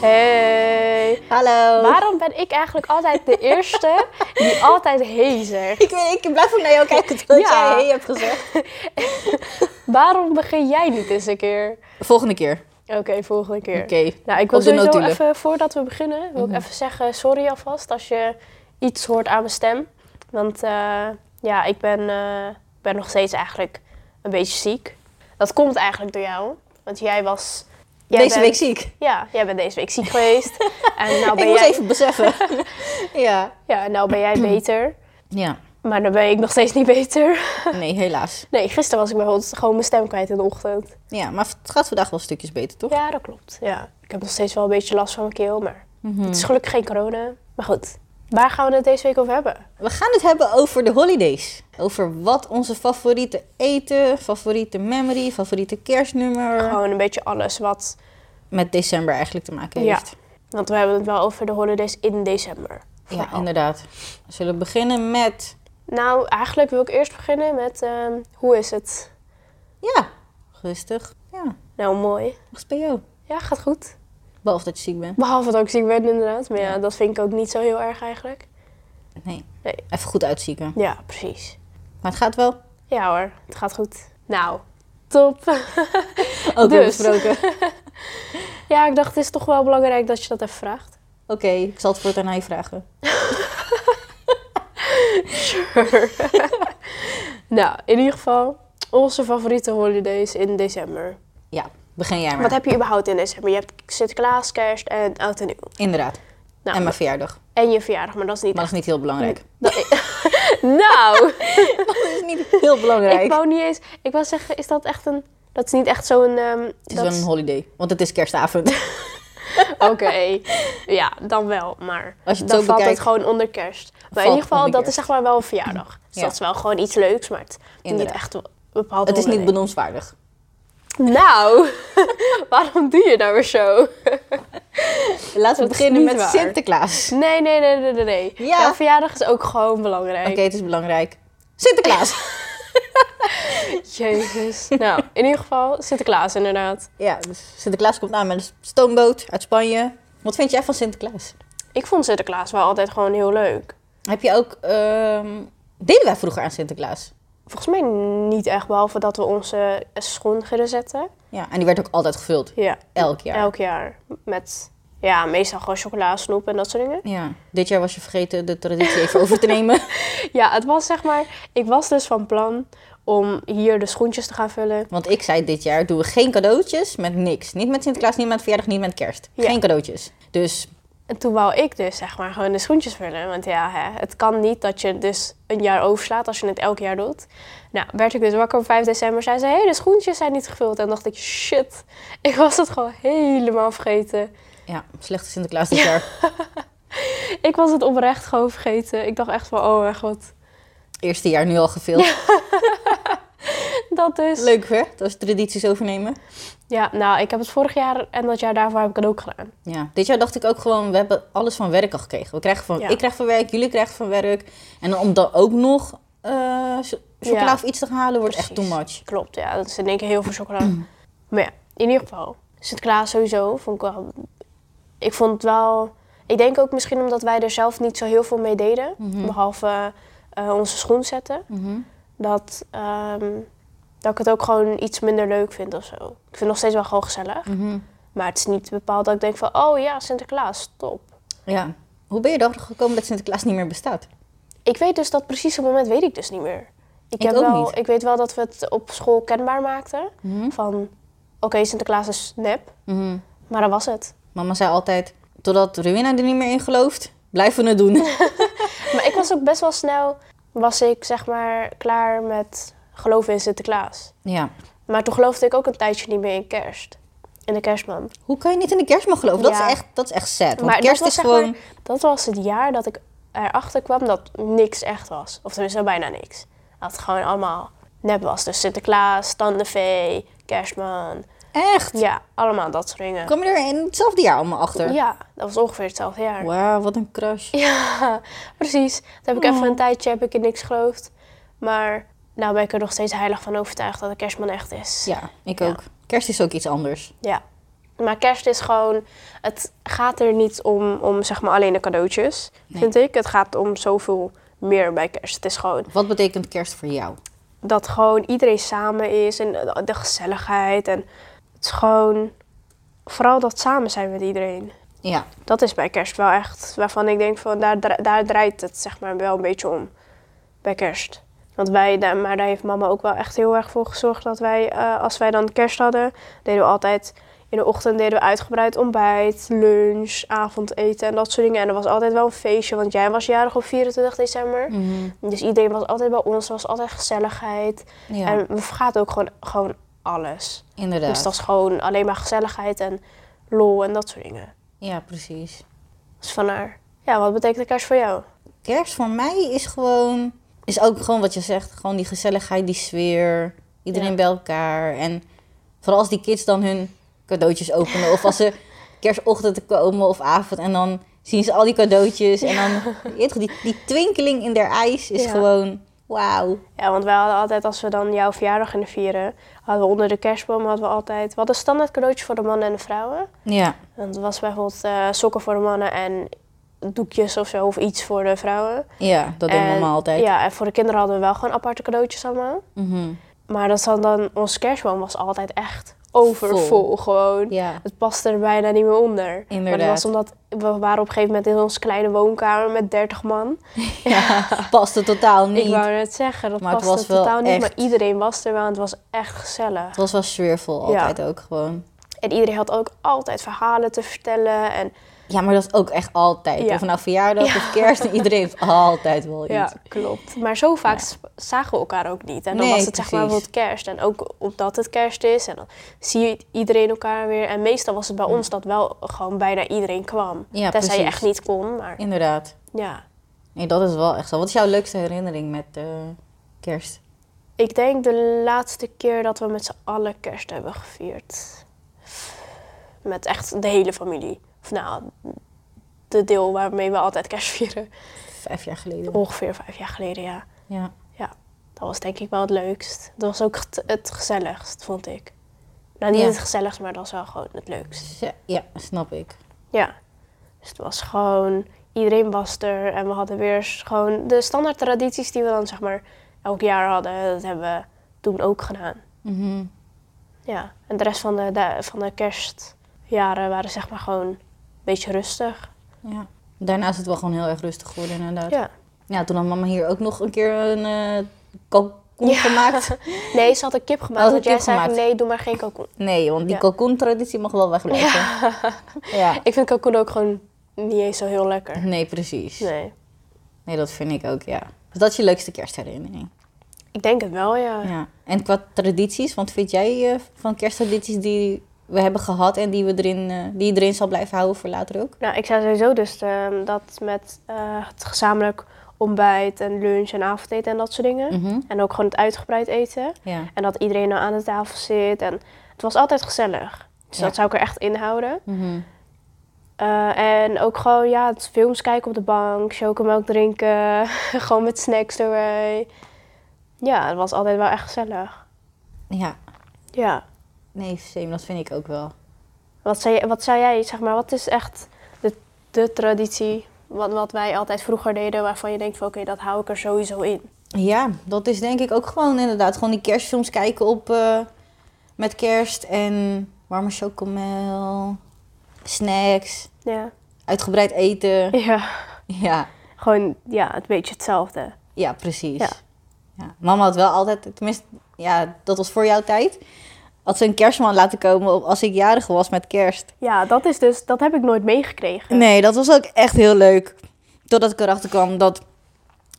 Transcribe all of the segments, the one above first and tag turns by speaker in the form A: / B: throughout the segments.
A: Hey,
B: Hallo.
A: waarom ben ik eigenlijk altijd de eerste die altijd hey zegt?
B: Ik, weet, ik blijf ook naar jou kijken terwijl
A: Ja.
B: jij hey hebt gezegd.
A: Waarom begin jij niet eens een keer?
C: Volgende keer.
A: Oké, volgende keer.
C: Oké.
A: Nou, ik wil
C: Op de
A: sowieso
C: notulen.
A: even, voordat we beginnen,
B: Mhm.
A: wil ik even zeggen sorry alvast als je iets hoort aan mijn stem. Want eh, ja, ik ben, eh, ik ben nog steeds eigenlijk een beetje ziek. Dat komt eigenlijk door jou, want jij was... jij
B: Deze
A: bent-
B: week ziek.
C: Oh,
A: Ja, jij bent deze week ziek geweest. en nou ben,
B: ik moest
A: jij,
B: even beseffen. ja.
A: ja, nou ben jij beter.
C: Ja.
A: Maar dan ben ik nog steeds niet beter.
C: Nee, helaas.
A: Nee, gisteren was ik bijvoorbeeld gewoon mijn stem kwijt in de ochtend.
C: Ja, maar het gaat vandaag wel stukjes beter, toch?
A: Ja, dat klopt. Ja. Ik heb nog steeds wel een beetje last van mijn keel, maar
C: Mhm.
A: het is gelukkig geen corona. Maar goed, waar gaan we het deze week over hebben?
C: We gaan het hebben over de holidays. Over wat onze favoriete eten, favoriete memory, favoriete kerstnummer.
A: Gewoon een beetje alles wat...
C: Met december eigenlijk te maken
A: Ja.
C: heeft.
A: Want we hebben het wel over de holidays in december.
C: Ja,
A: Vooral.
C: inderdaad. We zullen beginnen met...
A: Nou, eigenlijk wil ik eerst beginnen met ehm, hoe is het?
C: Ja, rustig. Ja,
A: Nou, mooi.
C: wacht bij jou.
A: Ja, gaat goed.
C: Behalve dat je ziek bent.
A: Behalve dat ik ziek ben inderdaad. Maar ja, dat vind ik ook niet zo heel erg eigenlijk.
C: Nee.
A: Nee.
C: Even goed uitzieken.
A: Ja, precies.
C: Maar het gaat wel.
A: Ja hoor, het gaat goed. Nou, top.
C: Ook weer
A: Dus.
C: Oh, besproken. Oké,
A: Ja, ik dacht het is toch wel belangrijk dat je dat even vraagt.
C: ik zal het voor aan hij vragen.
A: Nou, in ieder geval onze favoriete holidays in december.
C: Ja, begin jij maar.
A: Wat heb je überhaupt in december? Je hebt Sinterklaas, kerst en oud en nieuw.
C: Inderdaad.
A: Nou,
C: en mijn verjaardag.
A: en je verjaardag, maar dat is niet...
C: Maar dat is niet heel belangrijk.
A: Nou,
C: Dat is niet heel belangrijk.
A: ik wou niet eens... Ik wil zeggen, is dat echt een... Dat is niet echt zo'n... ehm,
C: Het is
A: dat
C: wel een holiday. Want het is kerstavond.
A: Oké, ja, dan wel, maar
C: Als je het
A: dan
C: zo
A: valt het
C: bekijkt,
A: gewoon onder kerst. Maar
C: valt
A: in ieder geval,
C: onder
A: dat is
C: kerst.
A: zeg maar wel een verjaardag. Dus
C: Ja.
A: dat is wel gewoon iets leuks, maar het is niet
C: Inderdaad.
A: echt een bepaald
C: het is niet
A: holiday.
C: benoemswaardig.
A: Nou, waarom doe je nou weer zo?
C: Laten we
A: is
C: beginnen
A: niet
C: met
A: waar.
C: Sinterklaas. Oké,
A: Nee, nee, nee, nee, nee, nee.
C: Ja.
A: Jouw verjaardag is ook gewoon belangrijk.
C: het is belangrijk. Sinterklaas.
A: Jezus. nou, in ieder geval Sinterklaas inderdaad.
C: ja, dus Sinterklaas komt aan met een stoomboot uit Spanje. Wat vind jij van Sinterklaas?
A: Ik vond Sinterklaas wel altijd gewoon heel leuk.
C: Heb je ook... ehm, Deden wij vroeger aan Sinterklaas?
A: Volgens mij niet echt, behalve dat we onze schoen gingen zetten.
C: Ja, en die werd ook altijd gevuld.
A: Ja,
C: Elk jaar.
A: elk jaar. Met, ja, meestal gewoon chocola, snoep en dat soort dingen.
C: Ja. Dit jaar was je vergeten de traditie even over te nemen.
A: Ja, het was zeg maar... Ik was dus van plan om hier de schoentjes te gaan vullen.
C: Want ik zei dit jaar doen we geen cadeautjes met niks. Niet met Sinterklaas, niet met verjaardag, niet met kerst.
A: Ja.
C: Geen cadeautjes. Dus
A: En toen wou ik dus zeg maar gewoon de schoentjes vullen. Want ja, hè, het kan niet dat je dus een jaar overslaat als je het elk jaar doet. Nou, werd ik dus wakker op 5 december. Zei ze, hé, de schoentjes zijn niet gevuld. En dacht ik, shit, ik was het gewoon helemaal vergeten.
C: ja, slechte Sinterklaas dit jaar.
A: Ik was het oprecht gewoon vergeten. Ik dacht echt van, oh mijn god,
C: Eerste jaar nu al gevuld.
A: dat is...
C: Leuk hè? Dat is tradities overnemen.
A: Ja, nou, ik heb het vorig jaar en dat jaar daarvoor heb ik het ook gedaan.
C: Ja. Dit jaar dacht ik ook gewoon, we hebben alles van werk al gekregen. We krijgen van,
A: Ja.
C: Ik krijg van werk, jullie krijgen van werk. En dan om dan ook nog eh cho- chocola
A: Ja.
C: of iets te gaan halen, wordt echt
A: Precies.
C: too much.
A: Klopt, ja. Dat is in één keer heel veel chocola. maar ja, in ieder geval. Sinterklaas sowieso vond ik wel... Ik vond het wel... Ik denk ook misschien omdat wij er zelf niet zo heel veel mee deden.
C: Mhm.
A: Behalve eh, onze schoen zetten. Dat, ehm, dat ik het ook gewoon iets minder leuk vind of zo. Ik vind het nog steeds wel gewoon gezellig.
C: Mhm.
A: Maar het is niet bepaald dat ik denk van... Oh ja, Sinterklaas, top.
C: Ja. Hoe ben je erachter gekomen dat Sinterklaas niet meer bestaat?
A: Ik weet dus dat precieze moment weet ik dus niet meer. Ik,
C: Ik
A: heb
C: ook
A: wel,
C: niet.
A: ik weet wel dat we het op school kenbaar maakten. Van, oké, Sinterklaas is nep.
C: Mhm.
A: Maar dat was het.
C: Mama zei altijd, totdat Ruina er niet meer in gelooft, blijven we het doen.
A: Maar ik was ook best wel snel, was ik zeg maar klaar met geloven in Sinterklaas.
C: ja.
A: Maar toen geloofde ik ook een tijdje niet meer in kerst. In de kerstman.
C: Hoe kan je niet in de kerstman geloven? Dat,
A: Ja.
C: is, echt, dat is echt sad. Want
A: Maar dat
C: kerst
A: was,
C: is
A: zeg
C: gewoon...
A: maar, dat was het jaar dat ik erachter kwam dat niks echt was. Of tenminste, bijna niks. Dat het gewoon allemaal nep was. Dus Sinterklaas, Tandenvee, Kerstman.
C: Echt?
A: Ja, allemaal dat soort dingen.
C: Kwam je er in hetzelfde jaar allemaal achter?
A: Ja, dat was ongeveer hetzelfde jaar.
C: Wauw, wat een crush.
A: Ja, precies. Toen heb ik
C: Oh.
A: even een tijdje heb ik in niks geloofd. Maar nou ben ik er nog steeds heilig van overtuigd dat de kerstman echt is.
C: Ja, ik
A: Ja.
C: ook. Kerst is ook iets anders.
A: Ja. Maar kerst is gewoon, het gaat er niet om, om zeg maar alleen de cadeautjes,
C: Nee.
A: vind ik. Het gaat om zoveel meer bij kerst. Het is gewoon
C: Wat betekent kerst voor jou?
A: dat gewoon iedereen samen is en de- de gezelligheid. En het is gewoon, vooral dat samen zijn met iedereen.
C: Ja,
A: Dat is bij kerst wel echt waarvan ik denk van daar, dra- daar draait het zeg maar wel een beetje om bij kerst. Want wij, daar- maar daar heeft mama ook wel echt heel erg voor gezorgd dat wij, eh, als wij dan kerst hadden, deden we altijd in de ochtend deden we uitgebreid ontbijt, lunch, avondeten en dat soort dingen. En er was altijd wel een feestje, want jij was jarig op 24 december. Dus iedereen was altijd bij ons, er was altijd gezelligheid.
C: ja
A: En we vergaten ook gewoon, gewoon alles.
C: inderdaad.
A: Dus dat is gewoon alleen maar gezelligheid en lol en dat soort dingen.
C: Ja, precies.
A: Dus vandaar. Ja, wat betekent de kerst voor jou?
C: Kerst voor mij is gewoon, is ook gewoon wat je zegt, gewoon die gezelligheid, die sfeer, iedereen
A: Ja.
C: bij elkaar. En vooral als die kids dan hun cadeautjes openen of als ze kerstochtend komen of avond en dan zien ze al die cadeautjes en dan, je weet toch, die, die twinkeling in haar ijs is
A: Ja.
C: gewoon, wauw.
A: Ja, want wij hadden altijd, als we dan jouw verjaardag gingen vieren, hadden we onder de kerstboom hadden we altijd... We hadden standaard cadeautjes voor de mannen en de vrouwen.
C: Ja,
A: En Dat was bijvoorbeeld eh, sokken voor de mannen en doekjes of zo, of iets voor de vrouwen.
C: ja, dat doen we
A: En-
C: allemaal altijd.
A: Ja, en voor de kinderen hadden we wel gewoon aparte cadeautjes allemaal.
C: Mhm.
A: Maar dat dan, dan onze kerstboom was altijd echt overvol
C: Vol.
A: gewoon.
C: ja.
A: Het paste er bijna niet meer onder. Maar dat
C: Inderdaad.
A: was omdat we waren op een gegeven moment in onze kleine woonkamer met 30 man.
C: ja, paste totaal niet.
A: Ik wou net zeggen, dat
C: Maar het
A: paste
C: was wel
A: totaal niet, maar
C: echt-
A: iedereen was er wel en het was echt gezellig.
C: Het was wel sfeervol
A: Ja.
C: altijd ook gewoon.
A: En iedereen had ook altijd verhalen te vertellen en
C: Ja, maar dat is ook echt altijd.
A: Ja.
C: Of het nou verjaardag of kerst, iedereen heeft altijd wel iets.
A: ja, klopt. Maar zo vaak s- zagen we elkaar ook niet. En dan
C: Nee,
A: was het zeg maar
C: precies.
A: bijvoorbeeld kerst en ook omdat het kerst is en dan zie je iedereen elkaar weer. En meestal was het bij ons dat wel gewoon bijna iedereen kwam.
C: Ja,
A: Tenzij je
C: precies.
A: echt niet kon, maar
C: Inderdaad.
A: ja.
C: Nee, dat is wel echt zo. Wat is jouw leukste herinnering met eh, kerst?
A: Ik denk de laatste keer dat we met z'n allen kerst hebben gevierd. Met echt de hele familie. Of nou, de deel waarmee we altijd kerst vieren.
C: Vijf jaar geleden.
A: Ongeveer vijf jaar geleden, ja.
C: Ja.
A: Dat was denk ik wel het leukst. Dat was ook het- het gezelligst, vond ik. Nou, niet
C: Ja.
A: het gezelligst, maar dat was wel gewoon het leukst.
C: Ja, ja, snap ik.
A: Ja. Dus het was gewoon... Iedereen was er en we hadden weer s- gewoon de standaard tradities die we dan zeg maar elk jaar hadden. Dat hebben we toen ook gedaan.
C: Mhm.
A: Ja, en de rest van de, da- van de kerstjaren waren zeg maar gewoon een beetje rustig.
C: ja. Daarna is het wel gewoon heel erg rustig geworden, inderdaad. Ja,
A: Ja.
C: toen had mama hier ook nog een keer een eh kalkoen
A: Ja.
C: gemaakt.
A: Nee, ze had een kip gemaakt.
C: Oh,
A: want
C: een
A: jij
C: kip
A: zei
C: gemaakt.
A: nee, doe maar geen kalkoen.
C: Nee, want die
A: Ja.
C: kalkoen-traditie mag wel wegblijven. ja.
A: Ik vind kalkoen ook gewoon niet eens zo heel lekker.
C: Nee, precies.
A: Nee.
C: Nee, dat vind ik ook, ja. Dus dat is je leukste kerstherinnering.
A: Ik denk het wel, ja.
C: Ja. En qua tradities, want vind jij eh, van kersttradities die we hebben gehad en die, we erin, eh, die je erin zal blijven houden voor later ook?
A: Nou, ik zei sowieso dus ehm, dat met eh, het gezamenlijk ontbijt en lunch en avondeten en dat soort dingen.
C: Mhm.
A: En ook gewoon het uitgebreid eten.
C: Ja.
A: En dat iedereen nou aan de tafel zit. En het was altijd gezellig. Dus
C: Ja.
A: dat zou ik er echt in houden.
C: Mhm.
A: Eh, en ook gewoon, ja, het films kijken op de bank, chocomelk drinken, gewoon met snacks erbij. Ja, het was altijd wel echt gezellig.
C: ja.
A: Ja.
C: Nee, same, dat vind ik ook wel.
A: Wat zei, wat zei jij, zeg maar, wat is echt de, de traditie, wat, wat wij altijd vroeger deden, waarvan je denkt van, oké, dat hou ik er sowieso in.
C: Ja, dat is denk ik ook gewoon inderdaad. Gewoon die kerstfilms kijken op eh, met kerst en warme chocomel, snacks,
A: Ja.
C: uitgebreid eten.
A: Ja.
C: Ja,
A: Gewoon, ja, een beetje hetzelfde.
C: ja precies.
A: Ja.
C: Ja. Mama had wel altijd, tenminste, ja, dat was voor jouw tijd. Had ze een kerstman laten komen op als ik jarig was met kerst.
A: Ja, dat is dus, dat heb ik nooit meegekregen.
C: Nee, dat was ook echt heel leuk. Totdat ik erachter kwam dat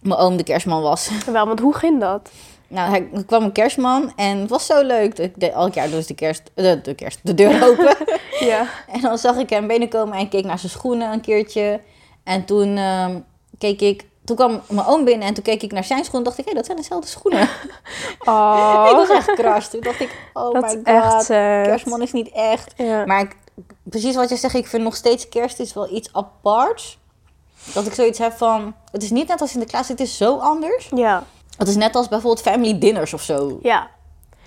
C: mijn oom de kerstman was.
A: Wel, want hoe ging dat?
C: Nou, hij er kwam een kerstman en het was zo leuk. Ik deed elk jaar dus de kerst, de, de kerst, de deur open.
A: Ja.
C: en dan zag ik hem binnenkomen en keek naar zijn schoenen een keertje. En toen ehm, keek ik toen kwam mijn oom binnen en toen keek ik naar zijn schoenen. dacht ik, hé, dat zijn dezelfde schoenen.
A: Oh,
C: Ik was echt krasd. Toen dacht ik, oh
A: dat
C: my
A: is
C: god,
A: echt sad.
C: kerstman is niet echt.
A: Ja.
C: Maar ik, precies wat je zegt, ik vind nog steeds kerst is wel iets aparts. Dat ik zoiets heb van, het is niet net als Sinterklaas, het is zo anders.
A: ja,
C: Het is net als bijvoorbeeld family dinners of zo.
A: ja.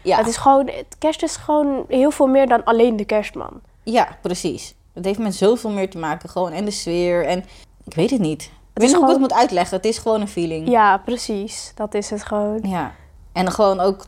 C: Ja,
A: Het is gewoon, het kerst is gewoon heel veel meer dan alleen de
C: Mm.
A: kerstman.
C: ja precies. Het heeft met zoveel meer te maken gewoon. En de sfeer en ik weet het niet. Ik weet
A: is
C: niet
A: gewoon-
C: hoe ik het moet uitleggen. Het is gewoon een feeling.
A: Ja, precies. Dat is het gewoon.
C: Ja. En dan gewoon ook,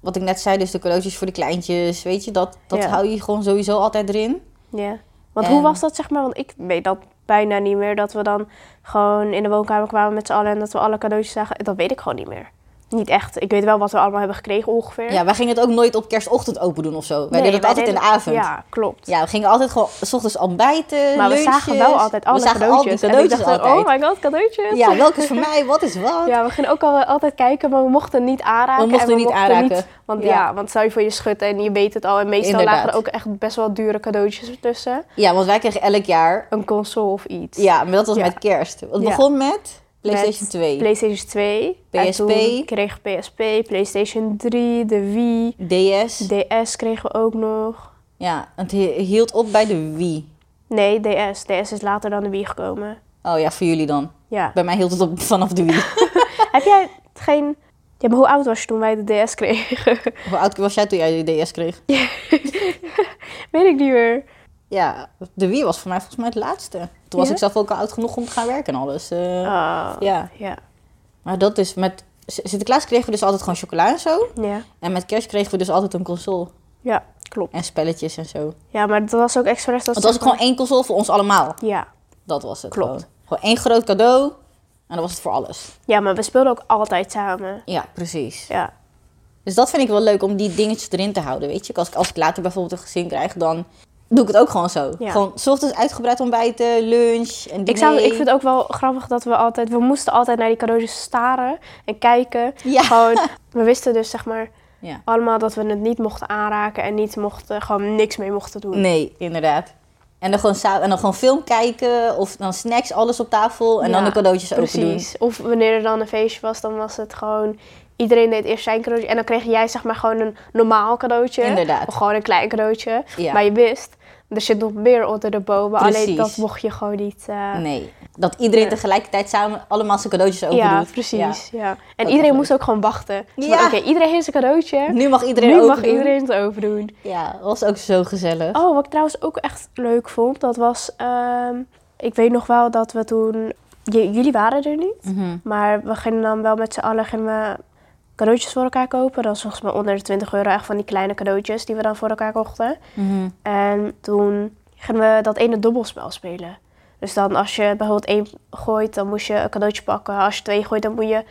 C: wat ik net zei, dus de cadeautjes voor de kleintjes. Weet je, dat, dat
A: Ja.
C: hou je gewoon sowieso altijd erin.
A: Ja. Want
C: En-
A: hoe was dat, zeg maar? Want ik weet dat bijna niet meer. Dat we dan gewoon in de woonkamer kwamen met z'n allen en dat we alle cadeautjes zagen. Dat weet ik gewoon niet meer. Niet echt. Ik weet wel wat we allemaal hebben gekregen ongeveer.
C: Ja, wij gingen het ook nooit op kerstochtend open doen of zo. Wij
A: Nee,
C: deden het
A: wij
C: altijd in de avond. Ja.
A: Ja, klopt.
C: we gingen altijd gewoon s ochtends ontbijten,
A: maar we zagen wel
C: lunches.
A: altijd alle
C: We zagen al die
A: cadeautjes. en ik
C: cadeautjes
A: dacht, oh
C: altijd.
A: my god, cadeautjes.
C: ja, welke is voor mij, wat is wat?
A: Ja, we gingen ook al, altijd kijken, maar we mochten niet aanraken.
C: We mochten
A: en we
C: niet
A: mochten
C: aanraken.
A: niet- want
C: Ja.
A: ja. want zou je voor je schudt en je weet het al. En meestal lagen
C: Inderdaad.
A: er ook echt best wel dure cadeautjes ertussen.
C: Ja, want wij kregen elk jaar...
A: Een console of iets.
C: Ja, maar dat was
A: Ja.
C: met kerst. Het
A: Ja.
C: begon met PlayStation
A: Met
C: 2,
A: PlayStation 2. En
C: PSP.
A: toen kreeg PSP, PlayStation 3, de Wii.
C: DS.
A: DS kregen we ook nog.
C: ja, het hi- hield op bij de Wii.
A: Nee, DS. DS is later dan de Wii gekomen.
C: Oh ja, voor jullie dan.
A: Ja.
C: Bij mij hield het op vanaf de Wii.
A: Heb jij geen... Ja, maar hoe oud was je toen wij de DS kregen?
C: Hoe oud was jij toen jij de DS kreeg?
A: weet ik niet meer.
C: Ja, de Wii was voor mij volgens mij het laatste. Toen was
A: Ja?
C: ik zelf ook al oud genoeg om te gaan werken en alles. eh,
A: Ah,
C: Ja,
A: ja.
C: maar dat is met... S- Sinterklaas kregen we dus altijd gewoon chocola en zo.
A: Ja.
C: En met kerst kregen we dus altijd een console
A: Ja, klopt.
C: en spelletjes en zo.
A: Ja, maar dat was ook expres. Dat
C: Want het
A: ze
C: was ook gewoon één console voor ons allemaal.
A: Ja.
C: Dat was het
A: Klopt.
C: gewoon. Gewoon één groot cadeau en dat was het voor alles.
A: ja, maar we speelden ook altijd samen.
C: Ja, precies.
A: Ja.
C: Dus dat vind ik wel leuk om die dingetjes erin te houden, weet je. Als ik, als ik later bijvoorbeeld een gezin krijg, dan doe ik het ook gewoon zo.
A: Ja.
C: Gewoon s ochtends uitgebreid ontbijten, lunch en diner.
A: Ik, zou, ik vind het ook wel grappig dat we altijd... We moesten altijd naar die cadeautjes staren en kijken.
C: Ja.
A: Gewoon, we wisten dus zeg maar
C: Ja.
A: allemaal dat we het niet mochten aanraken en niet mochten, gewoon niks mee mochten doen.
C: Nee, inderdaad. En dan, gewoon sa- en dan gewoon film kijken of dan snacks, alles op tafel en dan
A: Ja,
C: de cadeautjes open doen.
A: Precies. Of wanneer er dan een feestje was, dan was het gewoon... Iedereen deed eerst zijn cadeautje. En dan kreeg jij zeg maar gewoon een normaal cadeautje.
C: Inderdaad.
A: Of gewoon een klein cadeautje.
C: Ja.
A: Maar je wist, er zit nog meer onder de bomen. Alleen
C: Precies.
A: dat mocht je gewoon niet... eh,
C: Nee, dat iedereen
A: Ja.
C: tegelijkertijd samen allemaal zijn cadeautjes open
A: ja,
C: doet.
A: precies. Ja.
C: Dat
A: En
C: is
A: iedereen
C: leuk.
A: moest ook gewoon wachten. Zo van,
C: Ja.
A: Oké, iedereen heeft zijn
C: Ja.
A: cadeautje.
C: Nu mag iedereen
A: Nu
C: open
A: mag
C: doen.
A: iedereen het overdoen.
C: Ja, dat was ook zo gezellig.
A: Oh, wat ik trouwens ook echt leuk vond, dat was... ehm, ik weet nog wel dat we toen... J- jullie waren er niet.
C: Mhm.
A: Maar we gingen dan wel met z'n allen gingen we cadeautjes voor elkaar kopen. Dat was volgens mij onder de 20 euro echt van die kleine cadeautjes die we dan voor elkaar kochten.
C: Mhm.
A: En toen gingen we dat ene dobbelspel spelen. Dus dan als je bijvoorbeeld één gooit, dan moest je een cadeautje pakken. Als je twee gooit, dan moet je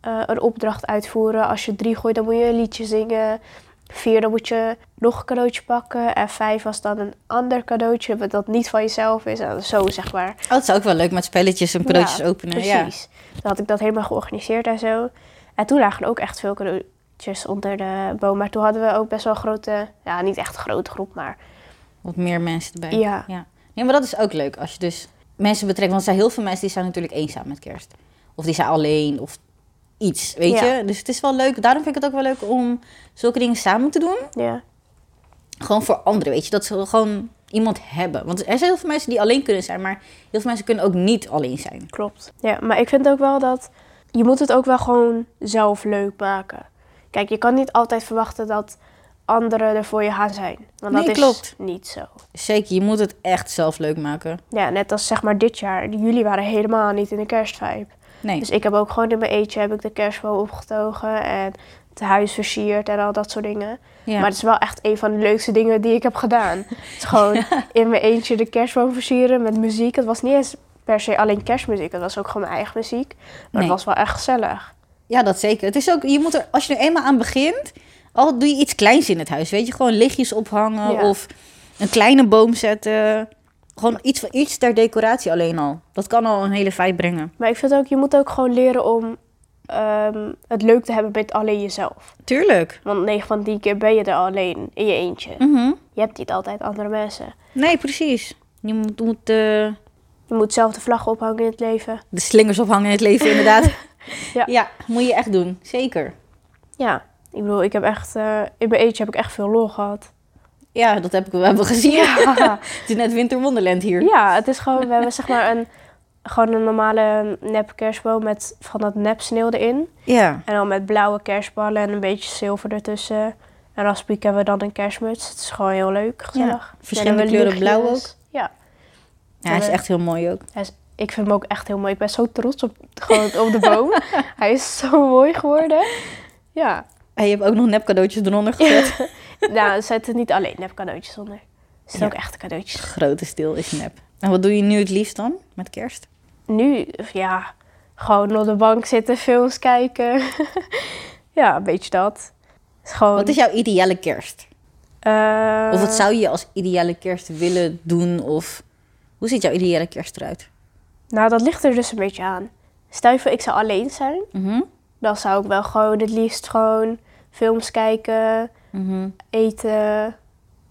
A: eh, een opdracht uitvoeren. Als je drie gooit, dan moet je een liedje zingen. Vier, dan moet je nog een cadeautje pakken. En vijf was dan een ander cadeautje, wat dat niet van jezelf is. En zo, zeg maar.
C: Oh, het is ook wel leuk met spelletjes en cadeautjes
A: Ja,
C: openen.
A: Precies. Dan had ik dat helemaal georganiseerd en zo. En toen lagen er ook echt veel cadeautjes onder de boom. Maar toen hadden we ook best wel een grote, ja, niet echt een grote groep, maar
C: Ja, wat meer mensen erbij.
A: Ja.
C: Nee, maar dat is ook leuk als je dus mensen betrekt. Want er zijn heel veel mensen die zijn natuurlijk eenzaam met kerst. Of die zijn alleen of iets, weet
A: Ja.
C: je. Dus het is wel leuk. Daarom vind ik het ook wel leuk om zulke dingen samen te doen.
A: ja.
C: Gewoon voor anderen, weet je. Dat ze gewoon iemand hebben. Want er zijn heel veel mensen die alleen kunnen zijn. Maar heel veel mensen kunnen ook niet alleen zijn.
A: Klopt. Ja, maar ik vind ook wel dat je moet het ook wel gewoon zelf leuk maken. Kijk, je kan niet altijd verwachten dat anderen er voor je gaan zijn. Want dat
C: Nee,
A: is
C: klopt.
A: niet zo.
C: Zeker, je moet het echt zelf leuk maken.
A: Ja, net als zeg maar dit jaar. Jullie waren helemaal niet in de kerstvibe.
C: Nee.
A: Dus ik heb ook gewoon in mijn eetje heb ik de kerstboom opgetogen en het huis versierd en al dat soort dingen.
C: ja.
A: Maar het is wel echt een van de leukste dingen die ik heb gedaan. Het is gewoon in mijn eentje de kerstboom versieren met muziek. Het was niet eens per se alleen kerstmuziek, het was ook gewoon mijn eigen muziek. Maar
C: Nee.
A: het was wel echt gezellig.
C: Ja, dat zeker. Het is ook, je moet er, als je er eenmaal aan begint, al doe je iets kleins in het huis. Weet je, gewoon lichtjes ophangen
A: Ja.
C: of een kleine boom zetten. Gewoon iets, iets ter decoratie alleen al. Dat kan al een hele vibe brengen.
A: Maar ik vind ook, je moet ook gewoon leren om ehm, het leuk te hebben met alleen jezelf.
C: Tuurlijk.
A: Want 9 van 10 keer ben je er alleen in je
C: Hm. Mhm.
A: eentje. Je hebt niet altijd andere mensen.
C: Nee, precies. Je moet, moet, eh,
A: Je moet zelf de vlag ophangen in het leven.
C: De slingers ophangen in het leven, inderdaad.
A: Ja.
C: moet je echt doen. Zeker.
A: Ja, ik bedoel, ik heb echt, eh, in mijn eentje heb ik echt veel lol gehad.
C: Ja, dat heb ik wel hebben gezien.
A: Ja.
C: het is net Winter Wonderland hier.
A: Ja, het is gewoon, we hebben zeg maar een, gewoon een normale nep kerstboom met van dat nep sneeuw erin.
C: Ja.
A: En dan met blauwe kerstballen en een beetje zilver ertussen. En als piek hebben we dan een kerstmuts. Het is gewoon heel leuk, gezellig.
C: Ja, verschillende
A: En dan hebben we
C: kleuren
A: luchtjes.
C: blauw
A: Ja,
C: Ja, hij is echt heel mooi ook.
A: hij is- ik vind hem ook echt heel mooi. Ik ben zo trots op, gewoon op de boom. hij is zo mooi geworden. Ja,
C: En je hebt ook nog nep cadeautjes eronder gezet.
A: nou, zet het niet alleen nep cadeautjes onder. Er zitten
C: Ja.
A: ook echte cadeautjes.
C: Grote stil is nep. En wat doe je nu het liefst dan met kerst?
A: Nu, ja, gewoon op de bank zitten, films kijken. ja, een beetje dat. Het is gewoon,
C: Wat is jouw ideale kerst?
A: eh,
C: Of wat zou je als ideale kerst willen doen? Of hoe ziet jouw ideale kerst eruit?
A: Nou, dat ligt er dus een beetje aan. Stel je voor, ik zou alleen zijn.
C: Mhm.
A: Dan zou ik wel gewoon het liefst gewoon films kijken,
C: Mhm.
A: eten.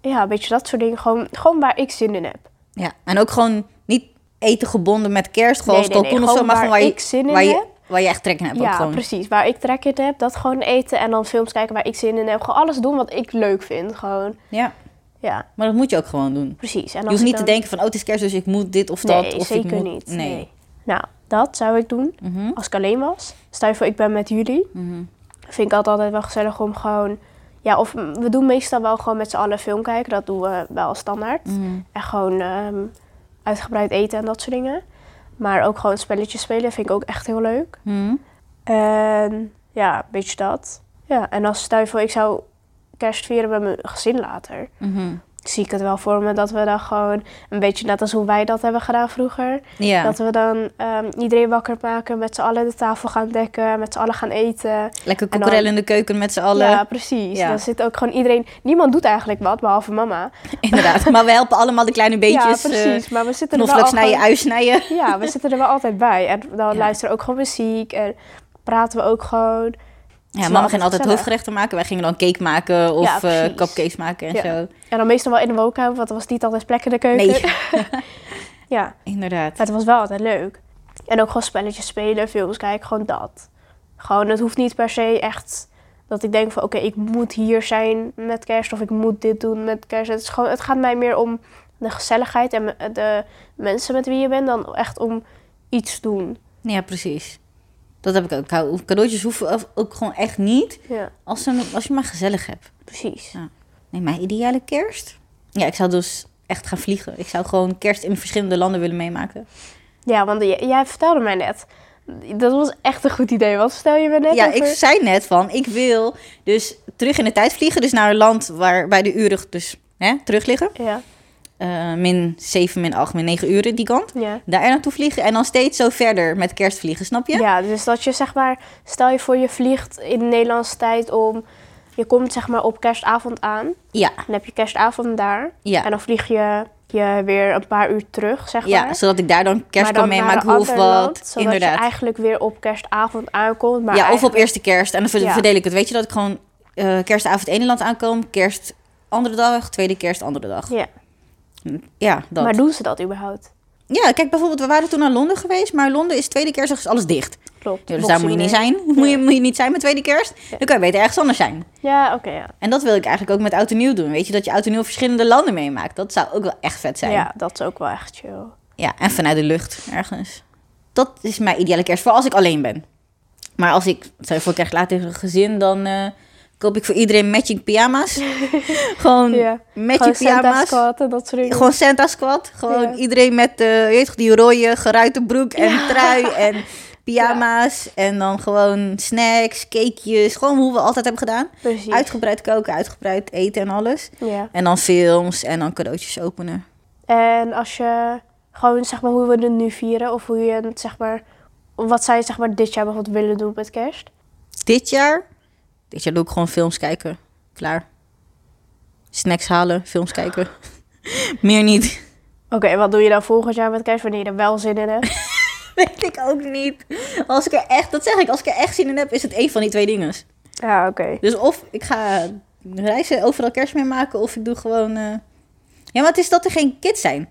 A: Ja, een beetje dat soort dingen. Gewoon, gewoon waar ik zin in heb.
C: Ja, en ook gewoon niet eten gebonden met kerst, gewoon
A: Nee, nee,
C: kalkoen
A: nee,
C: of zo,
A: gewoon
C: maar gewoon
A: waar
C: waar
A: ik zin
C: je,
A: in
C: waar, je,
A: heb.
C: waar je echt trek in hebt. ook
A: ja,
C: gewoon.
A: precies. Waar ik trek in heb, dat gewoon eten en dan films kijken waar ik zin in heb. Gewoon alles doen wat ik leuk vind. Gewoon,
C: Ja,
A: ja,
C: maar dat moet je ook gewoon doen.
A: precies. En als
C: Je hoeft
A: ik
C: niet te
A: dan-
C: denken van, oh, het is kerst, dus ik moet dit of dat.
A: Nee,
C: of
A: zeker
C: ik moet...
A: niet. Nee. Nou, dat zou ik doen
C: Mhm.
A: als ik alleen was. Stel je voor, ik ben met jullie.
C: Mhm.
A: Vind ik altijd, altijd wel gezellig om gewoon... Ja, of mm, we doen meestal wel gewoon met z'n allen film kijken. Dat doen we wel standaard.
C: Mhm.
A: En gewoon ehm, uitgebreid eten en dat soort dingen. Maar ook gewoon spelletjes spelen vind ik ook echt heel leuk.
C: Mhm.
A: En ja, een beetje dat. Ja, en als stel je voor, ik zou kerst vieren met mijn gezin later.
C: Mhm.
A: Zie ik het wel voor me dat we dan gewoon een beetje net als hoe wij dat hebben gedaan vroeger.
C: Ja,
A: Dat we dan ehm, iedereen wakker maken, met z'n allen de tafel gaan dekken, met z'n allen gaan eten.
C: lekker
A: dan-
C: koekerellen in de keuken met z'n allen.
A: Ja, precies.
C: Ja.
A: Dan zit ook gewoon iedereen... Niemand doet eigenlijk wat, behalve mama.
C: Inderdaad, maar we helpen allemaal de kleine beetjes.
A: ja,
C: eh,
A: precies. maar we zitten er wel
C: knoflook
A: al
C: snijden,
A: gewoon-
C: ui snijden.
A: Ja, we zitten er wel altijd bij. En dan
C: Ja.
A: luisteren we ook gewoon muziek en praten we ook gewoon.
C: Ja,
A: wel
C: mama ging altijd
A: gezellig.
C: hoofdgerechten maken. Wij gingen dan cake maken
A: Ja,
C: of eh
A: precies.
C: cupcakes maken en
A: Ja.
C: zo.
A: En dan meestal wel in de woonkamer, want er was niet altijd plek in de keuken.
C: Nee,
A: Ja,
C: inderdaad.
A: maar het was wel altijd leuk. En ook gewoon spelletjes spelen, films kijken, gewoon dat. Gewoon, het hoeft niet per se echt dat ik denk van oké, ik moet hier zijn met kerst of ik moet dit doen met kerst. Het, is gewoon, het gaat mij meer om de gezelligheid en me- de mensen met wie je bent dan echt om iets doen.
C: Ja, precies. Dat heb ik ook. Hou- Cadeautjes hoeven ook- ook gewoon echt niet
A: Ja,
C: als, ze, als je maar gezellig hebt.
A: precies.
C: Nee, mijn ideale kerst? Ja, ik zou dus echt gaan vliegen. Ik zou gewoon kerst in verschillende landen willen meemaken.
A: Ja, want j- jij vertelde mij net. Dat was echt een goed idee. Wat stel je me net
C: ja,
A: over?
C: ik zei net van, ik wil dus terug in de tijd vliegen. Dus naar een land waarbij de uren dus hè, terug liggen.
A: Ja,
C: Eh, min 7, min 8, min 9 uren die kant.
A: ja.
C: Daar naartoe vliegen en dan steeds zo verder met kerst vliegen, snap je?
A: ja, dus dat je zeg maar... Stel je voor je vliegt in de Nederlandse tijd om... Je komt zeg maar op kerstavond aan.
C: Ja,
A: Dan heb je kerstavond daar.
C: ja.
A: En dan vlieg je, je weer een paar uur terug, zeg maar.
C: ja zodat ik daar dan kerst
A: Maar dan
C: kan
A: naar
C: meemaken
A: een
C: of
A: ander land,
C: wat.
A: zodat
C: Inderdaad.
A: je eigenlijk weer op kerstavond aankomt. Maar
C: ja, of op
A: eigenlijk-
C: eerste kerst. En dan verde-
A: Ja.
C: verdeel ik het. Weet je dat ik gewoon eh, kerstavond ene land aankom, kerst andere dag, tweede kerst andere dag.
A: Ja.
C: Ja, dat.
A: Maar doen ze dat überhaupt?
C: Ja, kijk bijvoorbeeld, we waren toen naar Londen geweest, maar Londen is tweede kerstdag is alles dicht.
A: Klopt.
C: Ja, dus daar
A: Boxing
C: moet je niet
A: Day.
C: zijn. Moet je, moet je niet zijn met tweede kerst.
A: Ja.
C: Dan kan je beter ergens anders zijn.
A: Ja, oké, ja.
C: En dat wil ik eigenlijk ook met oud en nieuw doen. Weet je, dat je oud en nieuw verschillende landen meemaakt. Dat zou ook wel echt vet zijn.
A: Ja, dat is ook wel echt chill.
C: Ja, en vanuit de lucht ergens. Dat is mijn ideale kerst, voor als ik alleen ben. Maar als ik, stel je voor, ik krijg later een gezin, dan eh, koop ik voor iedereen matching pyjama's. gewoon
A: Ja.
C: matching
A: Gewoon Santa
C: pyjama's.
A: Squad en dat soort dingen.
C: Gewoon Santa Squad. Gewoon
A: Ja.
C: iedereen met, eh je weet toch, die rode geruite broek en trui en pyjama's. En dan gewoon snacks, cakejes. Gewoon hoe we altijd hebben gedaan.
A: Precies.
C: Uitgebreid koken, uitgebreid eten en alles.
A: Ja.
C: En dan films en dan cadeautjes openen.
A: En als je gewoon zeg maar hoe we het nu vieren of hoe je het zeg maar wat zou je zeg maar dit jaar bijvoorbeeld willen doen met kerst?
C: Dit jaar, dit jaar doe ik gewoon films kijken. Klaar. Snacks halen, films kijken. Meer niet.
A: Oké, en wat doe je dan volgend jaar met kerst wanneer je er wel zin in hebt?
C: Weet ik ook niet. Als ik er echt, dat zeg ik, als ik er echt zin in heb, is het één van die twee dingen.
A: ja, oké.
C: Dus of ik ga reizen, overal kerst mee maken, of ik doe gewoon... eh, Ja, maar het is dat er geen kids zijn.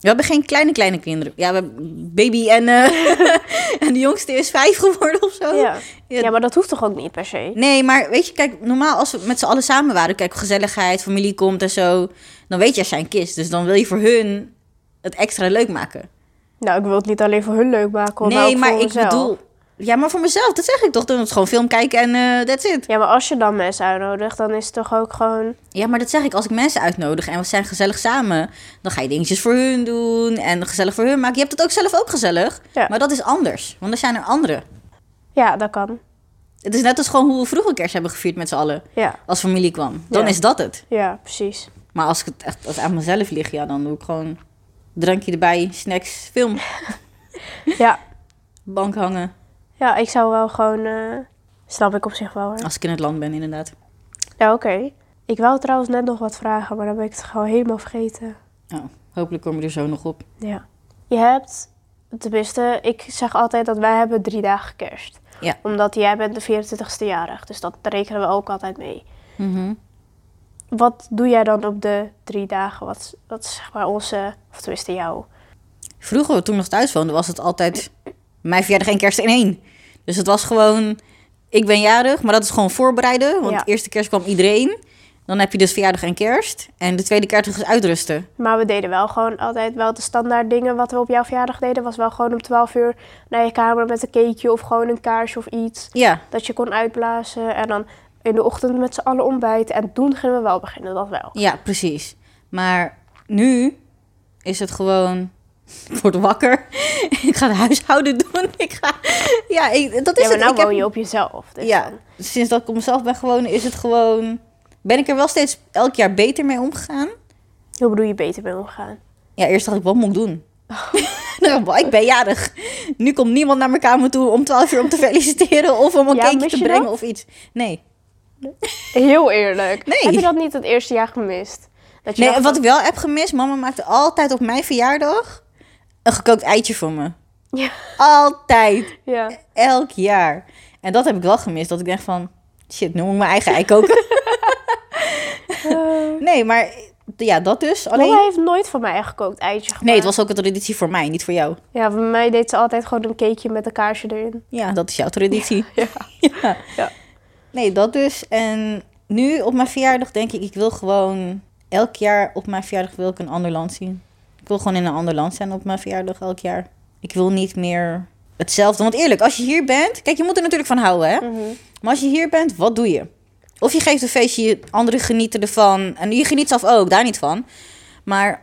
C: We hebben geen kleine, kleine kinderen. Ja, we hebben baby en, eh, en de jongste is vijf geworden of zo.
A: Ja. ja, maar dat hoeft toch ook niet per se?
C: Nee, maar weet je, kijk, normaal als we met z'n allen samen waren, kijk, gezelligheid, familie komt en zo, dan weet je, er zijn kids. Dus dan wil je voor hun het extra leuk maken.
A: Nou, ik wil het niet alleen voor hun leuk maken, maar
C: nee,
A: ook
C: maar
A: voor
C: ik
A: mezelf.
C: bedoel. Ja, maar voor mezelf, dat zeg ik toch? Dan is het gewoon film kijken en eh that's it.
A: Ja, maar als je dan mensen uitnodigt, dan is het toch ook gewoon...
C: Ja, maar dat zeg ik. Als ik mensen uitnodig en we zijn gezellig samen, dan ga je dingetjes voor hun doen en gezellig voor hun maken. Je hebt het ook zelf ook gezellig,
A: Ja.
C: maar dat is anders. Want er zijn er anderen.
A: Ja, dat kan.
C: Het is net als gewoon hoe we vroeger kerst hebben gevierd met z'n allen.
A: Ja,
C: Als familie kwam. Dan
A: Ja.
C: is dat het.
A: ja precies.
C: Maar als ik het echt als het aan mezelf lig, ja, dan doe ik gewoon drankje erbij, snacks, film,
A: Ja,
C: bank hangen.
A: ja ik zou wel gewoon... eh, Snap ik op zich wel, hoor.
C: Als ik in het land ben, inderdaad.
A: Nou, oké. Ik wou trouwens net nog wat vragen, maar dan ben ik het gewoon helemaal vergeten.
C: Oh, hopelijk kom je er zo nog op.
A: Ja. Je hebt, tenminste, ik zeg altijd dat wij hebben drie dagen kerst.
C: Ja.
A: Omdat jij bent de 24ste jarig, dus dat rekenen we ook altijd mee.
C: Mhm.
A: Wat doe jij dan op de drie dagen? Wat, wat is zeg maar onze, of tenminste jouw.
C: Vroeger, toen ik nog thuis woonde, was het altijd mijn verjaardag en kerst in één. Dus het was gewoon, ik ben jarig, maar dat is gewoon voorbereiden. Want
A: Ja.
C: de eerste kerst kwam iedereen. Dan heb je dus verjaardag en kerst. En de tweede kerstdag is uitrusten.
A: Maar we deden wel gewoon altijd wel de standaard dingen wat we op jouw verjaardag deden. Was wel gewoon om 12 uur naar je kamer met een cakeje of gewoon een kaarsje of iets.
C: Ja,
A: Dat je kon uitblazen en dan in de ochtend met z'n allen ontbijten. En toen gingen we wel beginnen, dat wel.
C: ja, precies. Maar nu is het gewoon, ik word wakker. ik ga het huishouden doen. Ik ga, ja, ik, dat is
A: ja, maar
C: het.
A: nou
C: ik heb-
A: woon je op jezelf. Dus
C: ja,
A: dan-
C: sinds dat ik op mezelf ben gewoond, is het gewoon... Ben ik er wel steeds elk jaar beter mee omgegaan.
A: Hoe bedoel je beter mee omgaan?
C: Ja, eerst dacht ik, wat moet ik doen? Nou, ik ben jarig. Nu komt niemand naar mijn kamer toe om 12 uur om te feliciteren of om een
A: Ja,
C: cakeje
A: mis
C: te
A: je
C: brengen
A: dat?
C: of iets. Nee.
A: Heel eerlijk.
C: Nee.
A: Heb je dat niet het eerste jaar gemist? Dat je
C: nee
A: dacht
C: en wat ik wel heb gemist, mama maakte altijd op mijn verjaardag een gekookt eitje voor me.
A: van- Ja,
C: Altijd.
A: ja.
C: Elk jaar. En dat heb ik wel gemist. Dat ik denk van, shit, nu moet ik mijn eigen ei koken. nee, maar ja, dat dus.
A: Mama
C: Alleen...
A: heeft nooit voor mij een gekookt eitje gemaakt.
C: Nee, het was ook een traditie voor mij, niet voor jou.
A: Ja, bij mij deed ze altijd gewoon een cakeje met een kaarsje erin.
C: Ja, dat is jouw traditie.
A: Ja.
C: Ja.
A: Ja.
C: Nee, dat dus. En nu op mijn verjaardag denk ik, ik wil gewoon elk jaar op mijn verjaardag wil ik een ander land zien. Ik wil gewoon in een ander land zijn op mijn verjaardag elk jaar. Ik wil niet meer hetzelfde. Want eerlijk, als je hier bent, kijk, je moet er natuurlijk van houden, hè?
A: Mhm.
C: Maar als je hier bent, wat doe je? Of je geeft een feestje, anderen genieten ervan. En je geniet zelf ook, daar niet van. Maar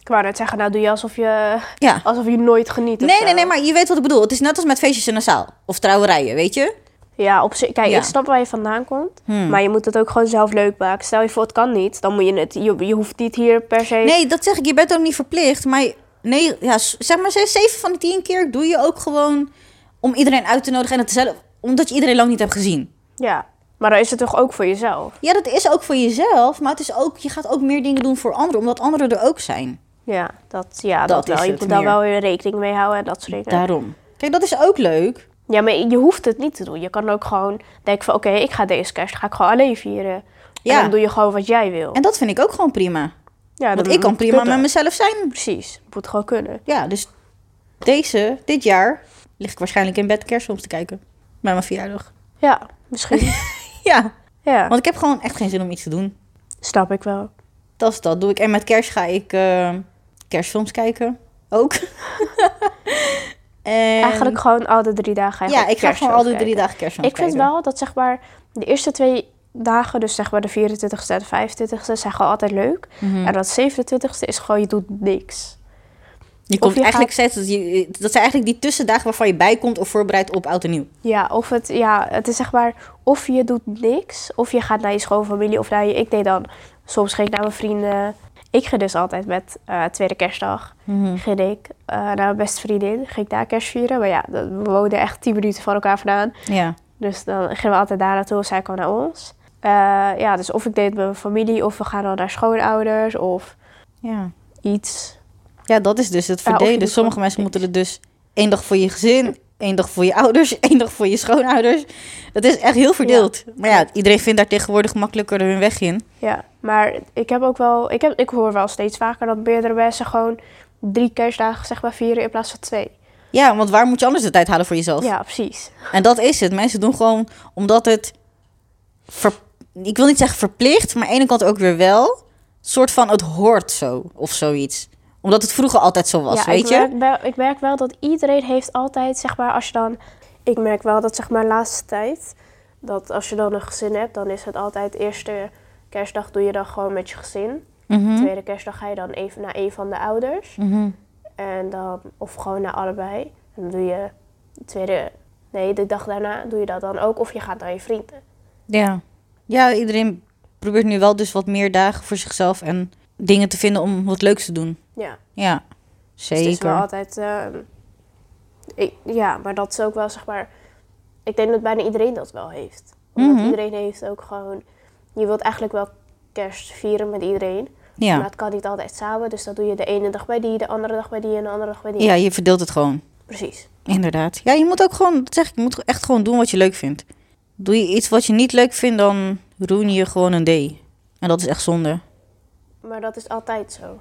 A: Ik wou net zeggen, nou doe je alsof je,
C: ja.
A: alsof je nooit geniet. of
C: Nee,
A: zo.
C: nee, nee, maar je weet wat ik bedoel. Het is net als met feestjes in een zaal. Of trouwerijen, weet je?
A: Ja, op zich. Kijk,
C: Ja.
A: ik snap waar je vandaan komt.
C: Hmm.
A: Maar je moet het ook gewoon zelf leuk maken. Stel je voor, het kan niet. Dan moet je het. Je, je hoeft niet hier per se.
C: Nee, dat zeg ik. Je bent ook niet verplicht. Maar nee, ja, s- zeg maar, ze- zeven van de tien keer doe je ook gewoon om iedereen uit te nodigen. En het zelf, omdat je iedereen lang niet hebt gezien.
A: Ja. Maar dan is het toch ook voor jezelf?
C: Ja, dat is ook voor jezelf. Maar het is ook, je gaat ook meer dingen doen voor anderen. Omdat anderen er ook zijn.
A: Ja, dat, ja,
C: Dat
A: dat,
C: is
A: wel. Je
C: het
A: moet daar
C: meer.
A: wel weer rekening mee houden en dat soort dingen.
C: Daarom. Kijk, dat is ook leuk.
A: Ja, maar je hoeft het niet te doen. Je kan ook gewoon denken van... oké, ik ga deze kerst ga ik gewoon alleen vieren.
C: Ja.
A: En dan doe je gewoon wat jij wil.
C: En dat vind ik ook gewoon prima.
A: ja,
C: Want
A: dan
C: ik kan prima
A: moet
C: met
A: dat.
C: mezelf zijn.
A: Precies, moet gewoon kunnen.
C: Ja, dus deze, dit jaar, lig ik waarschijnlijk in bed kerstfilms te kijken. Bij mijn verjaardag.
A: Ja, misschien.
C: Ja,
A: ja,
C: want ik heb gewoon echt geen zin om iets te doen.
A: snap ik wel.
C: Dat is dat. Doe ik. En met kerst ga ik eh, kerstfilms kijken. Ook. En-
A: Eigenlijk gewoon al de drie dagen
C: Ja,
A: eigenlijk
C: ik ga gewoon
A: kerstfilms
C: al die drie
A: kijken.
C: dagen kerstfilms
A: Ik vind
C: kijken.
A: wel dat zeg maar de eerste twee dagen... dus zeg maar de 24ste en de 25ste zijn gewoon altijd leuk.
C: Mhm.
A: En dat 27ste is gewoon je doet niks.
C: Je
A: of
C: komt
A: je
C: eigenlijk steeds... Dat, je- dat zijn eigenlijk die tussendagen waarvan je bij komt of voorbereidt op oud en nieuw.
A: Ja, of het, ja, het is zeg maar, of je doet niks, of je gaat naar je schoonfamilie of naar je. Ik deed dan, soms ging ik naar mijn vrienden. Ik ging dus altijd met eh, tweede kerstdag, ging ik eh, naar mijn beste vriendin, ging ik daar kerst vieren. Maar ja, dat- we woonden echt tien minuten van elkaar vandaan.
C: Ja.
A: Dus dan gingen we altijd daar naartoe, zij kwam naar ons. Eh, ja, dus of ik deed het met mijn familie, of we gaan dan naar schoonouders, of
C: Ja.
A: iets.
C: ja, dat is dus het
A: Ja, of je
C: verdelen.
A: doet
C: Sommige
A: gewoon
C: mensen moeten het dus één dag voor je gezin, één dag voor je ouders, één dag voor je schoonouders. Dat is echt heel verdeeld. Maar ja, iedereen vindt daar tegenwoordig makkelijker hun weg in.
A: Ja, maar ik heb ook wel, ik, heb, ik hoor wel steeds vaker dat meerdere mensen gewoon drie kerstdagen zeg maar vieren in plaats van twee.
C: Ja, want waar moet je anders de tijd halen voor jezelf?
A: Ja, precies.
C: En dat is het. Mensen doen gewoon omdat het. ver- ik wil niet zeggen verplicht, maar aan de ene kant ook weer wel. soort van het hoort zo of zoiets. Omdat het vroeger altijd zo was,
A: ja,
C: weet
A: ik
C: je?
A: Merk wel, ik merk wel dat iedereen heeft altijd, zeg maar, als je dan... Ik merk wel dat, zeg maar, laatste tijd... dat als je dan een gezin hebt, dan is het altijd... eerste kerstdag doe je dan gewoon met je gezin.
C: Mhm,
A: Tweede kerstdag ga je dan even naar een van de ouders.
C: mhm.
A: En dan, of gewoon naar allebei. En dan doe je de tweede... Nee, de dag daarna doe je dat dan ook. Of je gaat naar je vrienden.
C: Ja. ja, iedereen probeert nu wel dus wat meer dagen voor zichzelf en dingen te vinden om wat leuks te doen.
A: Ja,
C: Ja,
A: dus het is wel
C: zeker.
A: altijd... ehm, ik- ja, maar dat is ook wel, zeg maar... Ik denk dat bijna iedereen dat wel heeft. Omdat
C: Mhm.
A: iedereen heeft ook gewoon... Je wilt eigenlijk wel kerst vieren met iedereen. Maar
C: Ja.
A: het kan niet altijd samen. Dus dat doe je de ene dag bij die, de andere dag bij die en de andere dag bij die.
C: ja, je verdeelt het gewoon.
A: Precies.
C: Inderdaad. Ja, je moet ook gewoon, dat zeg ik, je moet echt gewoon doen wat je leuk vindt. Doe je iets wat je niet leuk vindt, dan ruin je gewoon een day. En dat is echt zonde.
A: Maar dat is altijd zo.